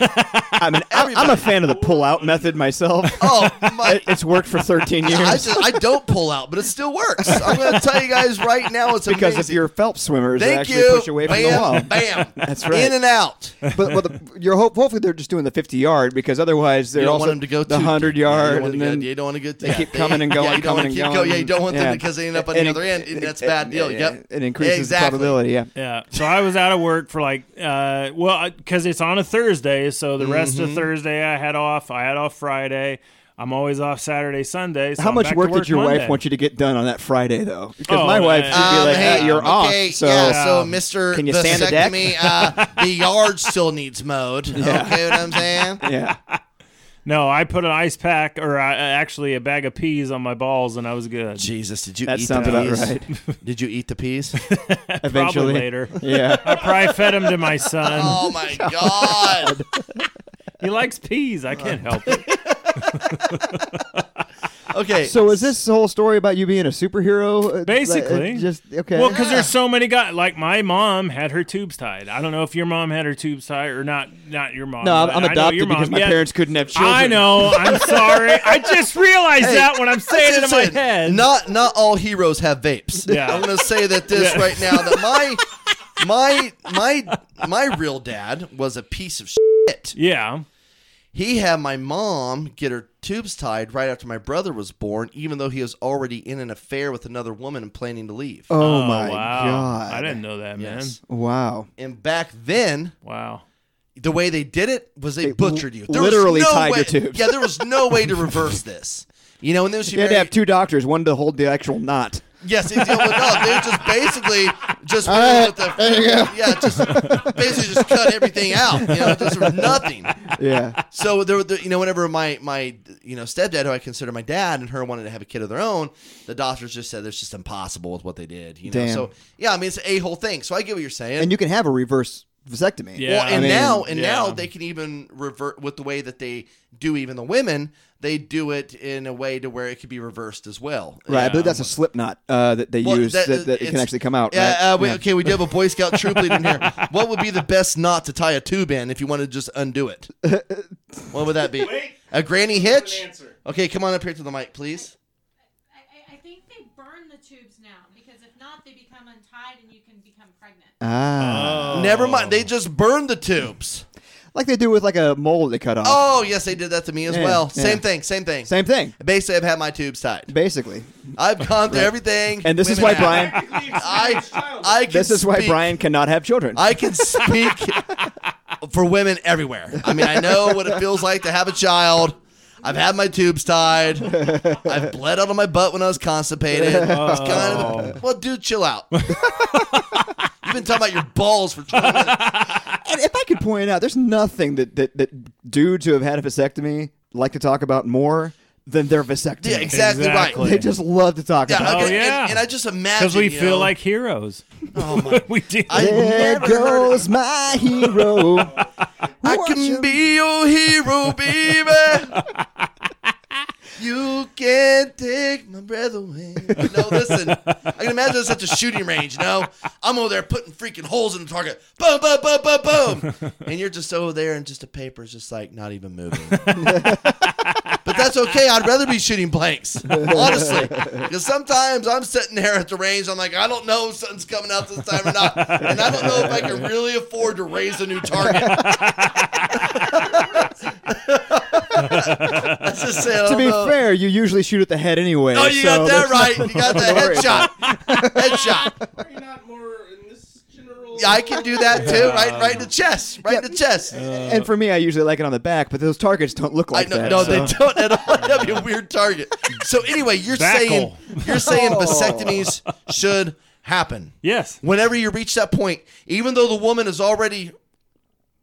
S2: I mean, I- I'm a fan of the pull-out method myself.
S1: oh my!
S2: It's worked for 13 years.
S1: I, just, I don't felt pull out, but it still works. I'm going to tell you guys right now, it's
S2: because if
S1: amazing.
S2: you're Phelps swimmers, they
S1: Thank
S2: actually
S1: you.
S2: push away from
S1: bam,
S2: the wall.
S1: Bam.
S2: That's right.
S1: In and out.
S2: but well, the, you're hope, hopefully they're just doing the 50 yard because otherwise they're
S1: you don't
S2: also
S1: want them to go
S2: the
S1: too- yeah,
S2: 100
S1: you don't
S2: yard
S1: want
S2: and
S1: to go-
S2: then
S1: you don't want to get
S2: they keep coming and going,
S1: Yeah, you don't
S2: coming
S1: want
S2: and
S1: to keep
S2: going.
S1: Yeah, you don't want
S2: Yeah.
S1: them because they end up on
S2: And
S1: the
S2: it-
S1: other end, and
S2: it-
S1: that's
S2: it-
S1: bad deal.
S2: it-
S1: Yep,
S2: It increases
S1: exactly.
S2: the probability. Yeah.
S7: Yeah. So I was out of work for like, uh, well, because it's on a Thursday. So the rest
S2: Mm-hmm.
S7: of Thursday I had off. I had off Friday. I'm always off Saturday, Sunday. So
S2: How
S7: I'm
S2: much
S7: back to
S2: work, did your
S7: Monday.
S2: wife want you to get done on that Friday though? Because
S7: Oh,
S2: my wife,
S7: uh,
S2: she'd be like,
S1: Um, hey,
S2: "Ah, "You're
S1: okay,
S2: off." So um,
S1: yeah, so Mr.
S2: Can you
S1: the
S2: sand the deck?
S1: uh, the yard still needs mowed. Okay, what I'm saying?
S2: yeah.
S7: No, I put an ice pack or I, actually a bag of peas on my balls and I was good.
S1: Jesus, did you
S2: That
S1: eat
S2: sounds
S1: the
S2: about
S1: peas?
S2: right.
S1: Did you eat the peas?
S2: Eventually.
S7: Probably later.
S2: Yeah.
S7: I probably fed him to my son.
S1: oh my god.
S7: He likes peas. I can't help it.
S1: Okay.
S2: So is this whole story about you being a superhero? Uh, like,
S7: Basically.
S2: uh, just okay.
S7: Well, because there's so many guys. Like my mom had her tubes tied. I don't know if your mom had her tubes tied or not. Not your mom.
S2: no, I'm,
S7: but
S2: I'm
S7: I know your
S2: adopted because
S7: mom-
S2: my
S7: yeah.
S2: parents couldn't have children.
S7: I know. I'm sorry. I just realized that when I'm saying it in my
S1: Listen,
S7: head.
S1: Not not all heroes have vapes.
S7: Yeah.
S1: I'm gonna say that this
S7: Yeah.
S1: right now that my my my my real dad was a piece of shit.
S7: Yeah.
S1: He had my mom get her tubes tied right after my brother was born, even though he was already in an affair with another woman and planning to leave.
S2: Oh, my
S7: wow.
S2: god.
S7: I didn't know that, man.
S1: Yes.
S2: Wow.
S1: And back then,
S7: Wow.
S1: the way they did it was they,
S2: They
S1: butchered you.
S2: l-
S1: was
S2: literally
S1: no
S2: tied
S1: way,
S2: your tubes.
S1: Yeah, there was no way to reverse this. You know, and then she
S2: You had
S1: married,
S2: to have two doctors, one to hold the actual knot.
S1: Yes, it's, well, no, they just basically just went
S2: right,
S1: with the yeah, just basically just cut everything out, you know, just sort of nothing.
S2: Yeah.
S1: So there, were the, you know, whenever my my you know stepdad, who I consider my dad, and her wanted to have a kid of their own, the doctors just said it's just impossible with what they did, you know.
S2: Damn.
S1: So yeah, I mean it's a whole thing. So I get what you're saying.
S2: and you can have a reverse vasectomy.
S7: Yeah.
S1: well,
S7: I
S1: and
S7: mean,
S1: now and now
S7: yeah.
S1: they can even revert with the way that they do even the women. They do it in a way to where it could be reversed as well.
S2: Right, I believe that's a slip knot uh, that they
S1: Well,
S2: use that, that, it
S1: it's-
S2: can actually come out.
S1: Yeah,
S2: right?
S1: uh, wait,
S2: Yeah.
S1: okay, we do have a Boy Scout troop leader in here. What would be the best knot to tie a tube in if you wanted to just undo it? What would that be?
S3: Wait.
S1: A granny hitch?
S3: An answer.
S1: Okay, come on up here to the mic, please.
S9: I, I, I think they burn the tubes now because if not, they become untied and you can become pregnant.
S2: Ah,
S3: Oh.
S1: Never mind. They just burned the tubes.
S2: like they do with like a mole they cut off.
S1: Oh, yes, they did that to me as
S2: Yeah,
S1: well.
S2: yeah.
S1: Same thing, same thing.
S2: Same thing,
S1: Basically, I've had my tubes tied.
S2: basically.
S1: I've gone through everything.
S2: And this is
S1: women
S2: why Brian-
S1: have.
S3: I,
S1: I, I can
S2: This is why
S1: speak-
S2: Brian cannot have children.
S1: I can speak for women everywhere. I mean, I know what it feels like to have a child. I've had my tubes tied. I've bled out of my butt when I was constipated. It's
S7: Oh.
S1: kind of a- well, dude, chill out. You've been talking about your balls for 20 minutes.
S2: and if I could point out, there's nothing that, that that dudes who have had a vasectomy like to talk about more than their vasectomy.
S1: Yeah, exactly,
S7: Exactly.
S1: right.
S2: They just love to talk
S1: Yeah,
S2: about.
S1: okay,
S2: it.
S7: Oh, yeah.
S1: And, and I just imagine
S7: Because we
S1: you
S7: feel
S1: know,
S7: like heroes.
S1: oh my,
S7: we do.
S1: I
S2: There
S1: never heard it.
S2: goes my hero.
S1: I
S2: Watch
S1: can
S2: him.
S1: be your hero, baby. you can't take my breath away. No, listen. I can imagine it's such a shooting range, you know? I'm over there putting freaking holes in the target. Boom, boom, boom, boom, boom. And you're just over there and just the paper's just like not even moving. But that's okay. I'd rather be shooting blanks, honestly. Because sometimes I'm sitting there at the range. I'm like, I don't know if something's coming out this time or not. And I don't know if I can really afford to raise a new target. That's just saying. I
S2: To
S1: don't
S2: be
S1: know.
S2: fair, you usually shoot at the head anyway.
S1: Oh, you got
S2: so
S1: that
S2: there's
S1: right. You got
S2: nothing to worry
S1: that headshot. Headshot.
S3: are you not more in this general?
S1: Yeah, I can do that too. Right, right in the chest. Right in the chest.
S2: And for me, I usually like it on the back, but those targets don't look
S1: I
S2: like
S1: know,
S2: that.
S1: no,
S2: so-
S1: they don't at all. That'd be a weird target. So anyway, you're saying
S7: Backle.
S1: you're saying vasectomies should happen.
S7: yes.
S1: Whenever you reach that point, even though the woman is already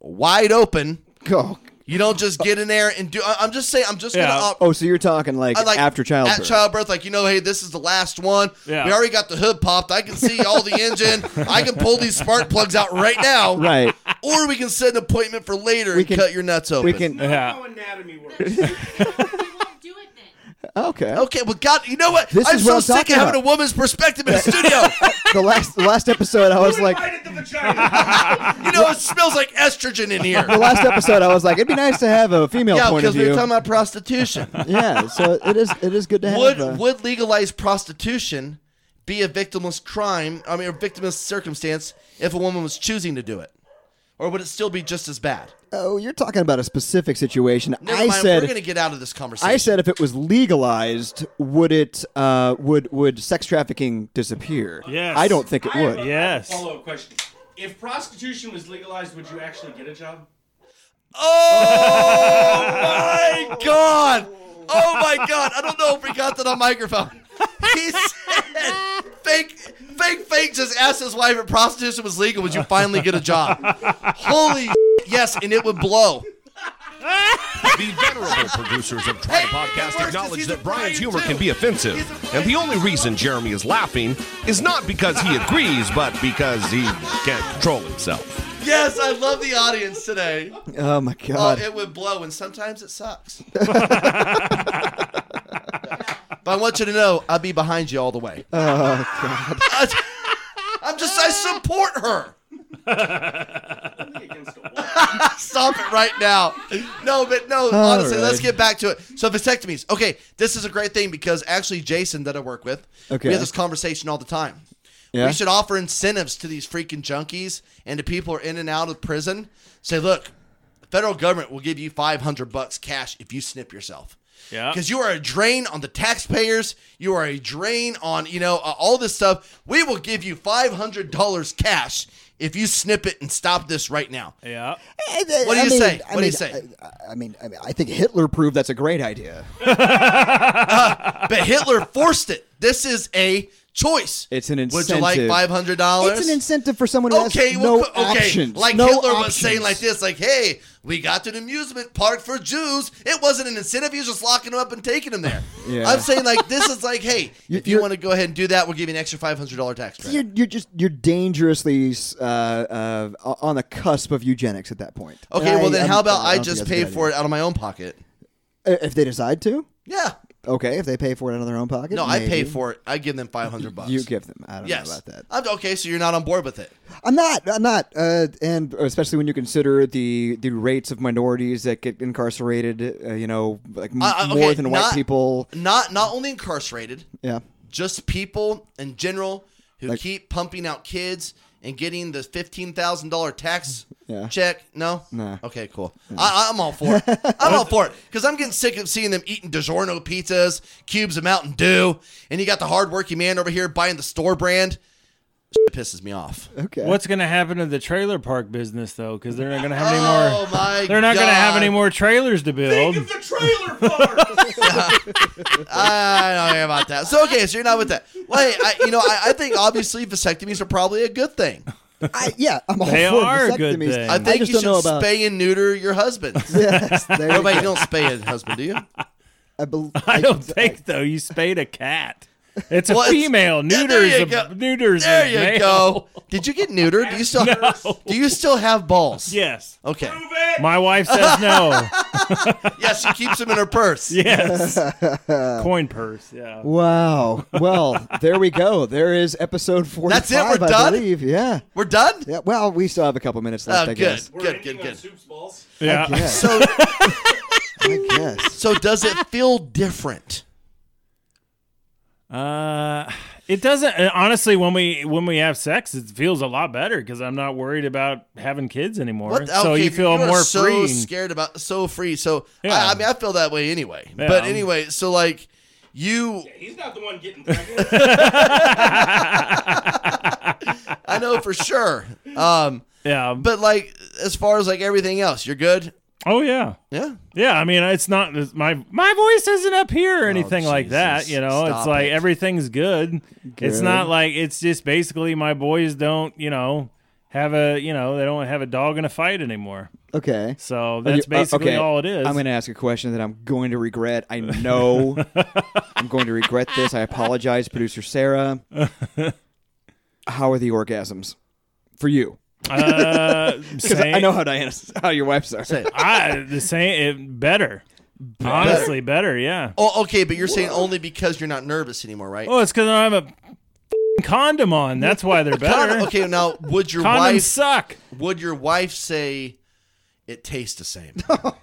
S1: wide open,
S2: Oh,
S1: you don't just get in there and do. I- I'm just saying. I'm just
S7: Yeah.
S1: gonna opt
S2: oh, so you're talking like,
S1: I like
S2: after childbirth?
S1: At childbirth, like you know, hey, this is the last one.
S7: Yeah.
S1: We already got the hood popped. I can see all the engine. I can pull these spark plugs out right now.
S2: right.
S1: Or we can set an appointment for later and
S2: can-
S1: cut your nuts open.
S2: We can.
S7: Yeah.
S3: How anatomy works.
S9: they won't do it then.
S2: Okay.
S1: Okay, well, God, you know what?
S2: This
S1: I'm
S2: is
S1: so
S2: what I'm
S1: sick
S2: talking
S1: of having
S2: about.
S1: a woman's perspective in the studio.
S2: The last the last episode, I was like,
S3: Invited the vagina.
S1: You know, it smells like estrogen in here.
S2: The last episode, I was like, it'd be nice to have a female
S1: yeah,
S2: point of
S1: because we
S2: view.
S1: were talking about prostitution.
S2: yeah, so it is. It is good to have.
S1: would
S2: uh,
S1: would legalized prostitution be a victimless crime? I mean, a victimless circumstance if a woman was choosing to do it, or would it still be just as bad?
S2: oh, you're talking about a specific situation.
S1: Never
S2: I
S1: mind,
S2: said
S1: we're going to get out of this conversation.
S2: I said if it was legalized, would it uh, would would sex trafficking disappear?
S7: Yes.
S2: I don't think it would.
S7: Yes.
S3: Follow up question. If prostitution was legalized, would you actually get a job?
S1: Oh my god! Oh my god! I don't know if we got that on microphone. He said, "Fake, fake, fake." Just asked his wife if prostitution was legal. Would you finally get a job? Holy yes, and it would blow.
S5: The venerable producers of Try to Podcast
S1: works,
S5: acknowledge
S1: he's
S5: that
S1: a Brian
S5: Brian's humor
S1: too.
S5: can be offensive,
S1: He's a Brian
S5: and the only reason Jeremy is laughing is not because he agrees, but because he can't control himself.
S1: Yes, I love the audience today.
S2: Oh my
S1: Oh,
S2: god.
S1: it would blow, and sometimes it sucks. but I want you to know, I'll be behind you all the way. Oh god! I'm just, I support her.
S3: Against a wall.
S1: Stop it right now. No, but no, honestly,
S2: right.
S1: let's get back to it. So vasectomies. Okay, this is a great thing because actually Jason that I work with,
S2: Okay.
S1: we have this conversation all the time.
S2: Yeah?
S1: We should offer incentives to these freaking junkies and to people who are in and out of prison. Say, look, the federal government will give you 500 bucks cash if you snip yourself.
S7: Yeah.
S1: Because you are a drain on the taxpayers. You are a drain on, you know, uh, all this stuff. We will give you $500 cash if you snip it and stop this right now.
S7: Yeah.
S1: What do you
S2: mean,
S1: say?
S2: I
S1: What do you
S2: mean,
S1: say?
S2: I, I mean, I mean, I think Hitler proved that's a great idea.
S1: But Hitler forced it. This is a choice.
S2: It's an
S1: Would you like
S2: incentive.
S1: five hundred dollars?
S2: It's an incentive for someone who
S1: Okay,
S2: has
S1: well,
S2: no
S1: co- okay.
S2: options.
S1: Like
S2: no
S1: Hitler was
S2: options.
S1: saying, like this, like, "Hey, we got an amusement park for Jews. It wasn't an incentive. He was just locking them up and taking them there."
S2: Yeah.
S1: I'm saying, like, this is like, "Hey,
S2: You-
S1: if you
S2: you're-
S1: want to go ahead and do that, we'll give you an extra five hundred dollar tax credit."
S2: You're, you're just you're dangerously uh, uh, on the cusp of eugenics at that point.
S1: Okay,
S2: I-
S1: well then,
S2: I'm-
S1: how about
S2: I
S1: I,
S2: don't think
S1: just
S2: that's a
S1: pay
S2: good
S1: for it out of my own pocket?
S2: Uh, if they decide to.
S1: Yeah.
S2: Okay, if they pay for it out of their own pocket.
S1: No, I pay
S2: maybe.
S1: for it. I give them five hundred bucks.
S2: You give them. I don't
S1: Yes.
S2: know about that.
S1: I'm, okay, so you're not on board with it.
S2: I'm not. I'm not. Uh, and especially when you consider the the rates of minorities that get incarcerated, uh, you know, like m-
S1: I- I-
S2: more
S1: uh, okay,
S2: than white
S1: not-
S2: people.
S1: Not not only incarcerated,
S2: Yeah.
S1: just people in general who
S2: Like-
S1: keep pumping out kids and getting the fifteen thousand dollar tax
S2: Yeah.
S1: check. No,
S2: Nah.
S1: Okay, cool. I, I'm all for it. I'm all for it because I'm getting sick of seeing them eating DiGiorno pizzas, cubes of Mountain Dew, and you got the hardworking man over here buying the store brand. It pisses me off.
S2: Okay.
S7: What's going to happen to the trailer park business though? Because they're not going to have any more.
S1: Oh my!
S7: They're not going to have
S1: God.
S7: any more trailers to
S3: Think
S1: Um,
S7: build.
S3: of the trailer park.
S1: I don't know about that. So okay, so you're not with that. Well, hey, I, you know, I, I think obviously vasectomies are probably a good thing.
S2: I, yeah, I'm all
S7: They
S2: for
S7: are a good
S2: vasectomies.
S7: thing.
S1: I think
S2: just
S1: you
S2: don't know
S1: should
S2: about.
S1: spay and neuter your husband.
S2: Yes, there you
S1: What about
S2: go.
S1: you don't spay a husband, do you?
S2: I, bel-
S7: I don't think though. You spayed a cat. It's a
S1: Well, it's-
S7: female.
S1: Yeah,
S7: Neuters.
S1: there you
S7: a,
S1: go.
S7: Neuters. a
S1: There you
S7: male.
S1: go. Did you get neutered? Do you still do you still have balls?
S7: Yes.
S1: Okay.
S7: My wife says no.
S1: Yeah, she keeps them in her purse.
S7: yes. Coin purse. Yeah.
S2: Wow. Well, there we go. There is episode 45.
S1: That's it? We're
S2: I
S1: done?
S2: believe. Yeah.
S1: We're done.
S2: Yeah. Well, we still have a couple minutes
S1: Oh,
S2: left. I
S1: good,
S2: guess.
S3: We're
S1: good,
S3: ending
S1: good,
S3: on
S1: good.
S3: Soup's balls.
S7: Yeah.
S2: Yeah.
S1: So,
S2: I guess.
S1: so does it feel different?
S7: Uh, it doesn't. uh, Honestly, when we when we have sex, it feels a lot better because I'm not worried about having kids anymore.
S1: What? the-
S7: so
S1: okay,
S7: you feel
S1: are
S7: more
S1: so
S7: free.
S1: Scared about so free. So
S7: Yeah.
S1: I, I mean, I feel that way anyway.
S7: Yeah.
S1: But anyway, so like you,
S3: He's not the one getting pregnant.
S1: I know for sure. Um,
S7: Yeah.
S1: but like as far as like everything else, you're good.
S7: oh yeah.
S1: Yeah.
S7: Yeah, I mean, it's not it's my my voice isn't up here or anything like that.
S1: Jesus.
S7: You know,
S1: Stop
S7: it's like
S1: it.
S7: everything's good. It's not like it's just basically my boys don't you know have a you know they don't have a dog in a fight anymore.
S2: Okay.
S7: So
S2: Are you-
S7: that's
S2: uh,
S7: basically
S2: okay,
S7: all it is.
S2: I'm going to ask a question that I'm going to regret. I know I'm going to regret this. I apologize, producer Sarah. How are the orgasms for you?
S7: uh,
S2: Because
S7: same,
S2: I know how Diana's, how your wife's are.
S7: I- the same it, better. Honestly, better. Yeah.
S1: Oh, okay, but you're saying only because you're not nervous anymore, right?
S7: Oh, it's because I'm a condom on. That's why they're better.
S1: Condom- okay, now would your
S7: Condoms
S1: wife
S7: suck.
S1: would your wife say it tastes the same?
S7: Oh.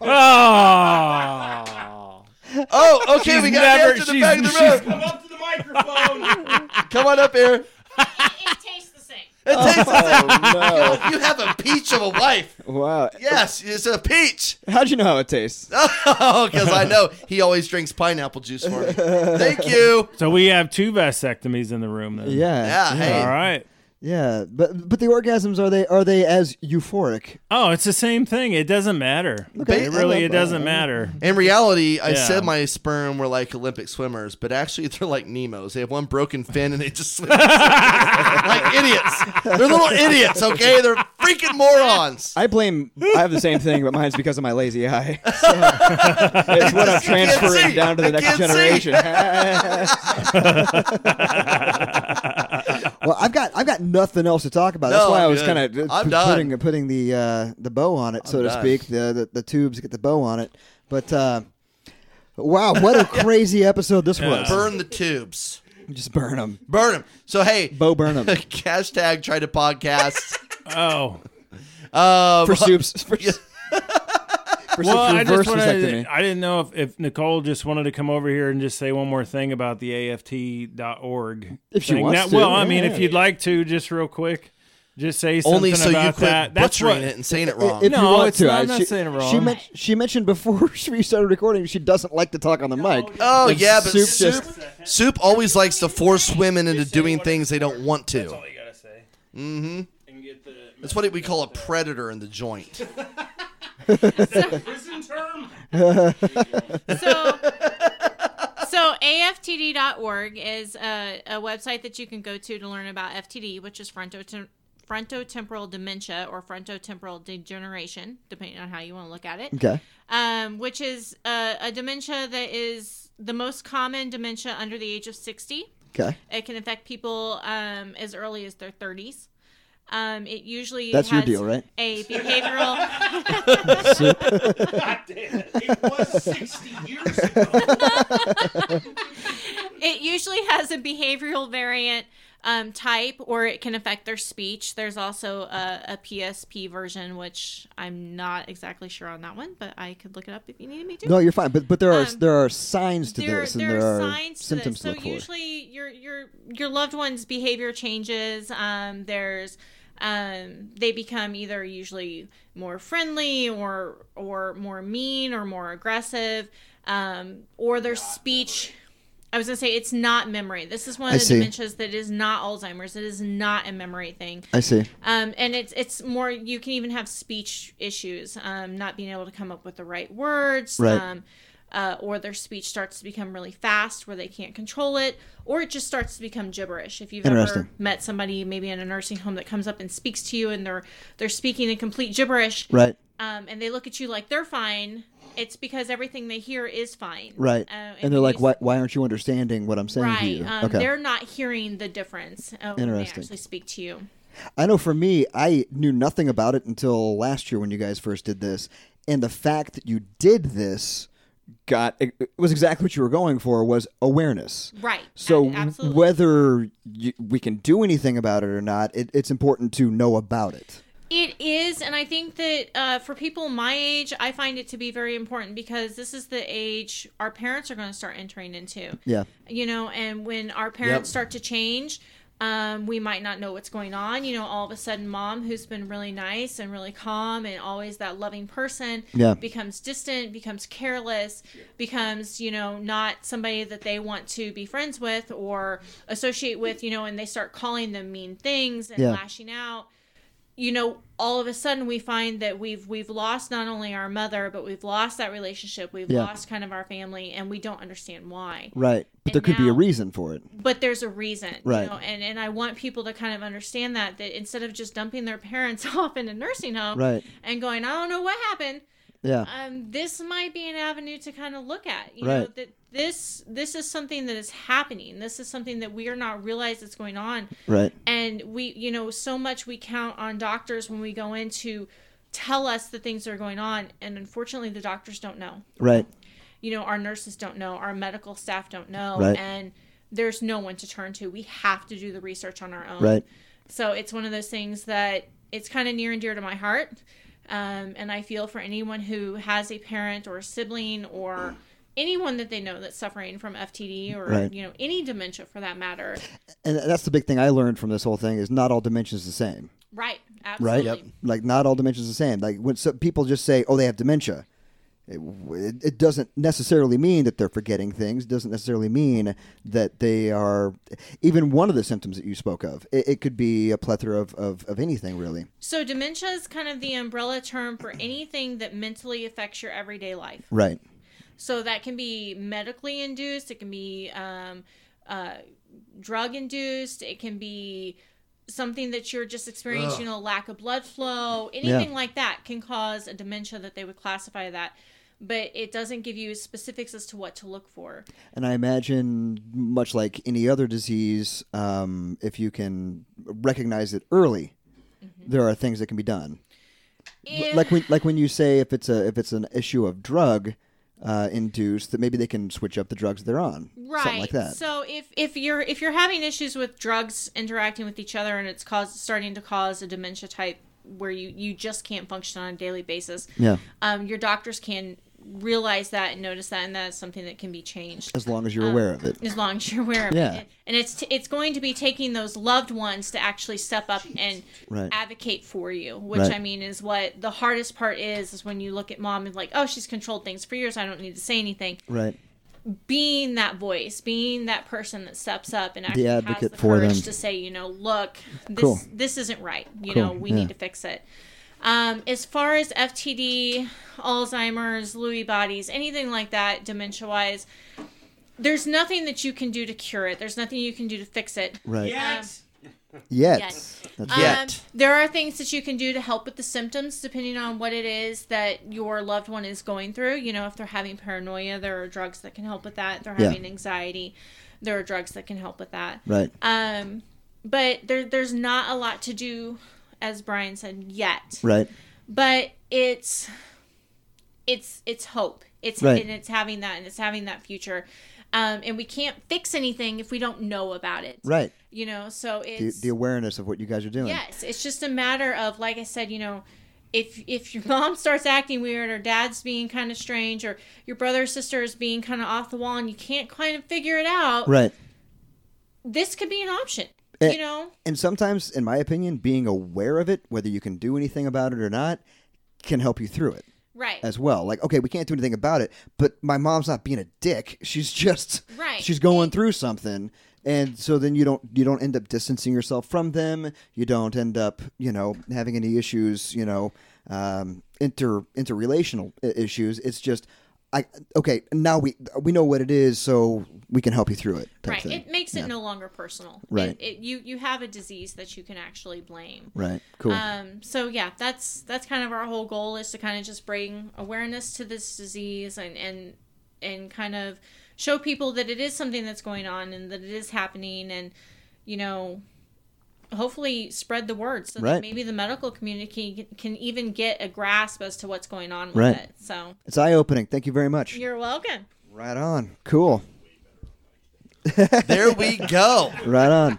S1: oh, okay, we
S7: She's
S1: got
S7: never-
S1: never, to the
S7: she's-
S1: back of the room.
S3: Come up to the microphone.
S1: Come on up here.
S9: It, it tastes the same.
S1: It tastes the same.
S2: Oh
S1: You have a peach of a wife.
S2: no! Wow.
S1: Yes, it's a peach.
S2: How'd you know how it tastes?
S1: Oh, because I know he always drinks pineapple juice for me. Thank you.
S7: So we have two vasectomies in the room then.
S2: Yeah.
S1: Yeah, hey.
S7: All right.
S2: Yeah, but but the orgasms are they are they as euphoric?
S7: Oh, it's the same thing. It doesn't matter.
S2: Okay.
S7: it really
S2: I
S7: it
S2: love-
S7: doesn't
S2: I-
S7: matter.
S1: In reality, I
S7: Yeah.
S1: said my sperm were like Olympic swimmers, but actually they're like Nemo's. They have one broken fin and they just swim like idiots. They're little idiots, okay? They're freaking morons.
S2: I blame. I have the same thing, but mine's because of my lazy eye. So, it's what I'm transferring
S1: see.
S2: down to the
S1: I can't
S2: next
S1: see.
S2: generation. well, I've got I've got nothing else to talk about. That's
S1: No,
S2: why I
S1: I'm
S2: was
S1: good.
S2: kind of
S1: I'm
S2: putting
S1: done.
S2: putting the uh, the bow on it, so to
S1: done.
S2: speak. The, the the tubes get the bow on it, but. Uh, Wow, what a crazy episode this was!
S1: Uh, Burn the tubes.
S2: Just burn them,
S1: Burn them. So, hey,
S2: Bo Burnham
S1: hashtag try to podcast.
S7: Oh.
S1: Um,
S2: for soups. For,
S1: Yeah.
S2: for
S7: Well,
S2: soups
S7: I
S2: reverse
S7: just wanted
S2: vasectomy.
S7: I didn't know if, if Nicole just wanted to come over here and just say one more thing about the AFT.org.
S2: If she
S7: thing.
S2: wants
S7: That-
S2: to,
S7: Well, I
S2: yeah,
S7: mean,
S2: yeah.
S7: if you'd like to, just real quick, just say something
S1: only so you
S7: about
S1: quit
S7: that. That's
S1: butchering
S7: what,
S1: it and saying it wrong.
S2: If
S7: No,
S2: you want
S7: it's
S2: to,
S7: not-
S2: I-
S7: I'm not
S2: she,
S7: saying it
S2: She,
S7: wrong.
S2: men- she mentioned before we started recording she doesn't like to talk on the mic.
S1: oh,
S2: And
S1: yeah, but
S2: soup
S1: soup,
S2: just-
S1: soup always likes to force women into doing things they don't want
S7: That's
S1: to.
S7: all you got to say. Mm-hmm. And get the
S1: That's what we call a predator in the joint.
S3: Prison term.
S9: So, so aftd.org is a, a website that you can go to to learn about FTD, which is frontotem- frontotemporal dementia or frontotemporal degeneration, depending on how you want to look at it.
S2: Okay.
S9: um, which is uh, a dementia that is the most common dementia under the age of 60.
S2: Okay.
S9: It can affect people um, as early as their 30s. Um, it usually
S2: That's your
S9: has
S2: deal, right?
S9: A behavioral.
S3: It was 60 years ago.
S9: it usually has a behavioral variant um, type, or it can affect their speech. There's also a, a PSP version, which I'm not exactly sure on that one, but I could look it up if you needed me to.
S2: No, you're fine. But but there are
S9: Um,
S2: there are signs to this, and
S9: there are signs to
S2: symptoms
S9: this.
S2: to
S9: So
S2: look for.
S9: usually your your your loved one's behavior changes. Um, there's um, they become either usually more friendly or or more mean or more aggressive, um, or their speech. I was gonna say it's not memory. This is one
S2: I
S9: of the
S2: see.
S9: dementias that is not Alzheimer's. It is not a memory thing.
S2: I see.
S9: Um, and it's it's more you can even have speech issues, um, not being able to come up with the right words,
S2: Right.
S9: um, uh, or their speech starts to become really fast where they can't control it, or it just starts to become gibberish. If you've
S2: Interesting.
S9: ever met somebody maybe in a nursing home that comes up and speaks to you and they're they're speaking in complete gibberish,
S2: Right.
S9: um, and they look at you like they're fine, it's because everything they hear is fine,
S2: Right.
S9: Uh,
S2: and,
S9: when
S2: they're like,
S9: you-
S2: why, why aren't you understanding what I'm saying to
S9: Right,
S2: you?
S9: um,
S2: okay.
S9: they're not hearing the difference uh, when they
S2: Interesting.
S9: actually speak to you.
S2: I know for me, I knew nothing about it until last year when you guys first did this, and the fact that you did this got it was exactly what you were going for was awareness.
S9: Right.
S2: So
S9: A- absolutely.
S2: whether you, we can do anything about it or not, it, it's important to know about it.
S9: It is, and I think that uh, for people my age, I find it to be very important because this is the age our parents are going to start entering into.
S2: Yeah.
S9: You know, and when our parents
S1: Yep.
S9: start to change, um, we might not know what's going on. You know, all of a sudden, mom, who's been really nice and really calm and always that loving person,
S2: Yeah.
S9: becomes distant, becomes careless, becomes, you know, not somebody that they want to be friends with or associate with, you know, and they start calling them mean things and
S2: Yeah.
S9: lashing out you know all of a sudden we find that we've we've lost not only our mother but we've lost that relationship we've
S2: Yeah.
S9: lost kind of our family and we don't understand why
S2: Right. But
S9: And
S2: there could be a
S9: now-
S2: reason for it.
S9: but there's a reason
S2: Right.
S9: you know and and i want people to kind of understand that that instead of just dumping their parents off in a nursing home
S2: Right.
S9: and going i don't know what happened
S2: Yeah.
S9: um, this might be an avenue to kind of look at. You know
S2: Right.
S9: that this this is something that is happening. This is something that we are not realized is going on.
S2: Right.
S9: And we, you know, so much we count on doctors when we go in to tell us the things that are going on, and unfortunately, the doctors don't know.
S2: Right.
S9: You know, our nurses don't know, our medical staff don't know,
S2: Right.
S9: and there's no one to turn to. We have to do the research on our own.
S2: Right.
S9: So it's one of those things that it's kind of near and dear to my heart. Um, and I feel for anyone who has a parent or a sibling or anyone that they know that's suffering from FTD or
S2: Right.
S9: you know any dementia for that matter.
S2: And that's the big thing I learned from this whole thing is not all dimensions the same.
S9: Right.
S2: right?
S9: Absolutely.
S2: Like not all dementia is the same. Like when some people just say, "Oh, they have dementia," it, it, it doesn't necessarily mean that they're forgetting things. It doesn't necessarily mean that they are even one of the symptoms that you spoke of. It, it could be a plethora of, of, of anything really.
S9: So dementia is kind of the umbrella term for anything that mentally affects your everyday life.
S2: Right.
S9: So that can be medically induced. It can be um, uh, drug induced. It can be something that you're just experiencing a lack of blood flow. Anything like that can cause a dementia that they would classify that. But it doesn't give you specifics as to what to look for.
S2: And I imagine, much like any other disease, um, if you can recognize it early,
S9: Mm-hmm.
S2: there are things that can be done. L-
S9: Eh,
S2: like when like when you say if it's a if it's an issue of drug uh, induced that maybe they can switch up the drugs they're on
S9: right.
S2: something like that
S9: So if if you're if you're having issues with drugs interacting with each other and it's cause starting to cause a dementia type where you you just can't function on a daily basis,
S2: yeah
S9: um, your doctors can realize that and notice that, and that is something that can be changed
S2: as long as
S9: Um,
S2: you're aware of it
S9: as long as you're aware of
S2: Yeah.
S9: it. And it's t- it's going to be taking those loved ones to actually step up and
S2: Right.
S9: advocate for you, which
S2: Right.
S9: I mean is what the hardest part is. Is when you look at mom and like, oh, she's controlled things for years. I don't need to say anything.
S2: right
S9: Being that voice, being that person that steps up and actually has
S2: advocate
S9: the
S2: for
S9: courage
S2: them.
S9: to say, you know, look, this
S2: Cool.
S9: this isn't right. You
S2: Cool,
S9: know, we
S2: yeah.
S9: need to fix it. Um, as far as FTD, Alzheimer's, Lewy bodies, anything like that, dementia wise, there's nothing that you can do to cure it. There's nothing you can do to fix it.
S2: right
S9: Yes.
S2: yet
S9: Yes.
S2: That's
S9: Um,
S2: right.
S1: Yet.
S9: there are things that you can do to help with the symptoms, depending on what it is that your loved one is going through. You know, if they're having paranoia, there are drugs that can help with that. If they're
S2: Yeah.
S9: having anxiety, there are drugs that can help with that.
S2: right
S9: Um, but there, there's not a lot to do, as Brian said, yet.
S2: right
S9: But it's, it's, it's hope. It's
S2: Right.
S9: and it's having that and it's having that future, um, and we can't fix anything if we don't know about it.
S2: right
S9: You know, so
S2: the,
S9: it's
S2: the awareness of what you guys are doing
S9: Yes, it's just a matter of like I said, you know, if if your mom starts acting weird or dad's being kind of strange or your brother or sister is being kind of off the wall and you can't kind of figure it out,
S2: right
S9: this could be an option.
S2: Eh.
S9: you know,
S2: and sometimes in my opinion being aware of it whether you can do anything about it or not can help you through it
S9: right.
S2: as well like okay we can't do anything about it but my mom's not being a dick she's just
S9: Right.
S2: she's going through something and so then you don't you don't end up distancing yourself from them you don't end up you know having any issues you know um inter interrelational i- issues it's just i okay now we we know what it is so we can help you through it type
S9: right.
S2: thing.
S9: It makes it no longer personal.
S2: Right.
S9: It, it, you you have a disease that you can actually blame.
S2: right cool
S9: Um, so yeah, that's that's kind of our whole goal is to kind of just bring awareness to this disease and and and kind of show people that it is something that's going on and that it is happening and you know hopefully spread the word so
S2: Right.
S9: that maybe the medical community can, can even get a grasp as to what's going on with
S2: Right.
S9: it. So
S2: it's eye-opening thank you very much
S9: you're welcome.
S2: right on cool
S1: There we go.
S2: Right on.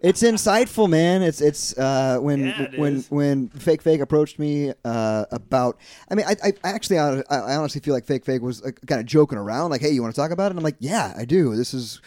S2: It's insightful, man. It's it's uh, when
S7: Yeah, it
S2: when
S7: is.
S2: when Fake Fake approached me uh, about. I mean, I, I I actually I, I honestly feel like Fake Fake was like, kind of joking around, like, "Hey, you want to talk about it?" And I'm like, "Yeah, I do. This is."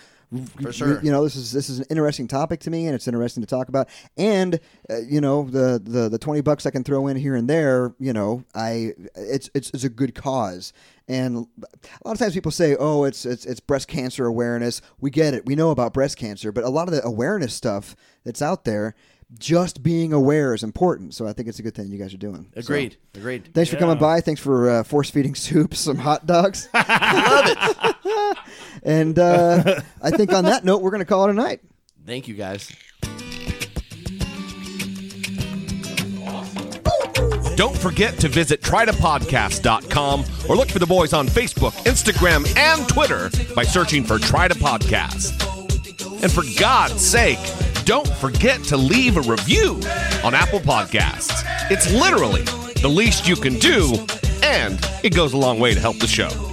S1: For sure.
S2: you know this is this is an interesting topic to me, and it's interesting to talk about. And uh, you know the, the the twenty bucks I can throw in here and there, you know, I it's it's, it's a good cause. And a lot of times people say, "Oh, it's it's it's breast cancer awareness." We get it. We know about breast cancer, but a lot of the awareness stuff that's out there, just being aware is important. So I think it's a good thing you guys are doing. So,
S1: Agreed. Agreed.
S2: thanks for coming by. Thanks for uh, force feeding soup some hot dogs. Love it. and uh, I think on that note, we're going to call it a night.
S1: Thank you guys.
S5: Don't forget to visit trytopodcast.com or look for the boys on Facebook, Instagram, and Twitter by searching for Try to Podcast. And for God's sake, don't forget to leave a review on Apple Podcasts. It's literally the least you can do, and it goes a long way to help the show.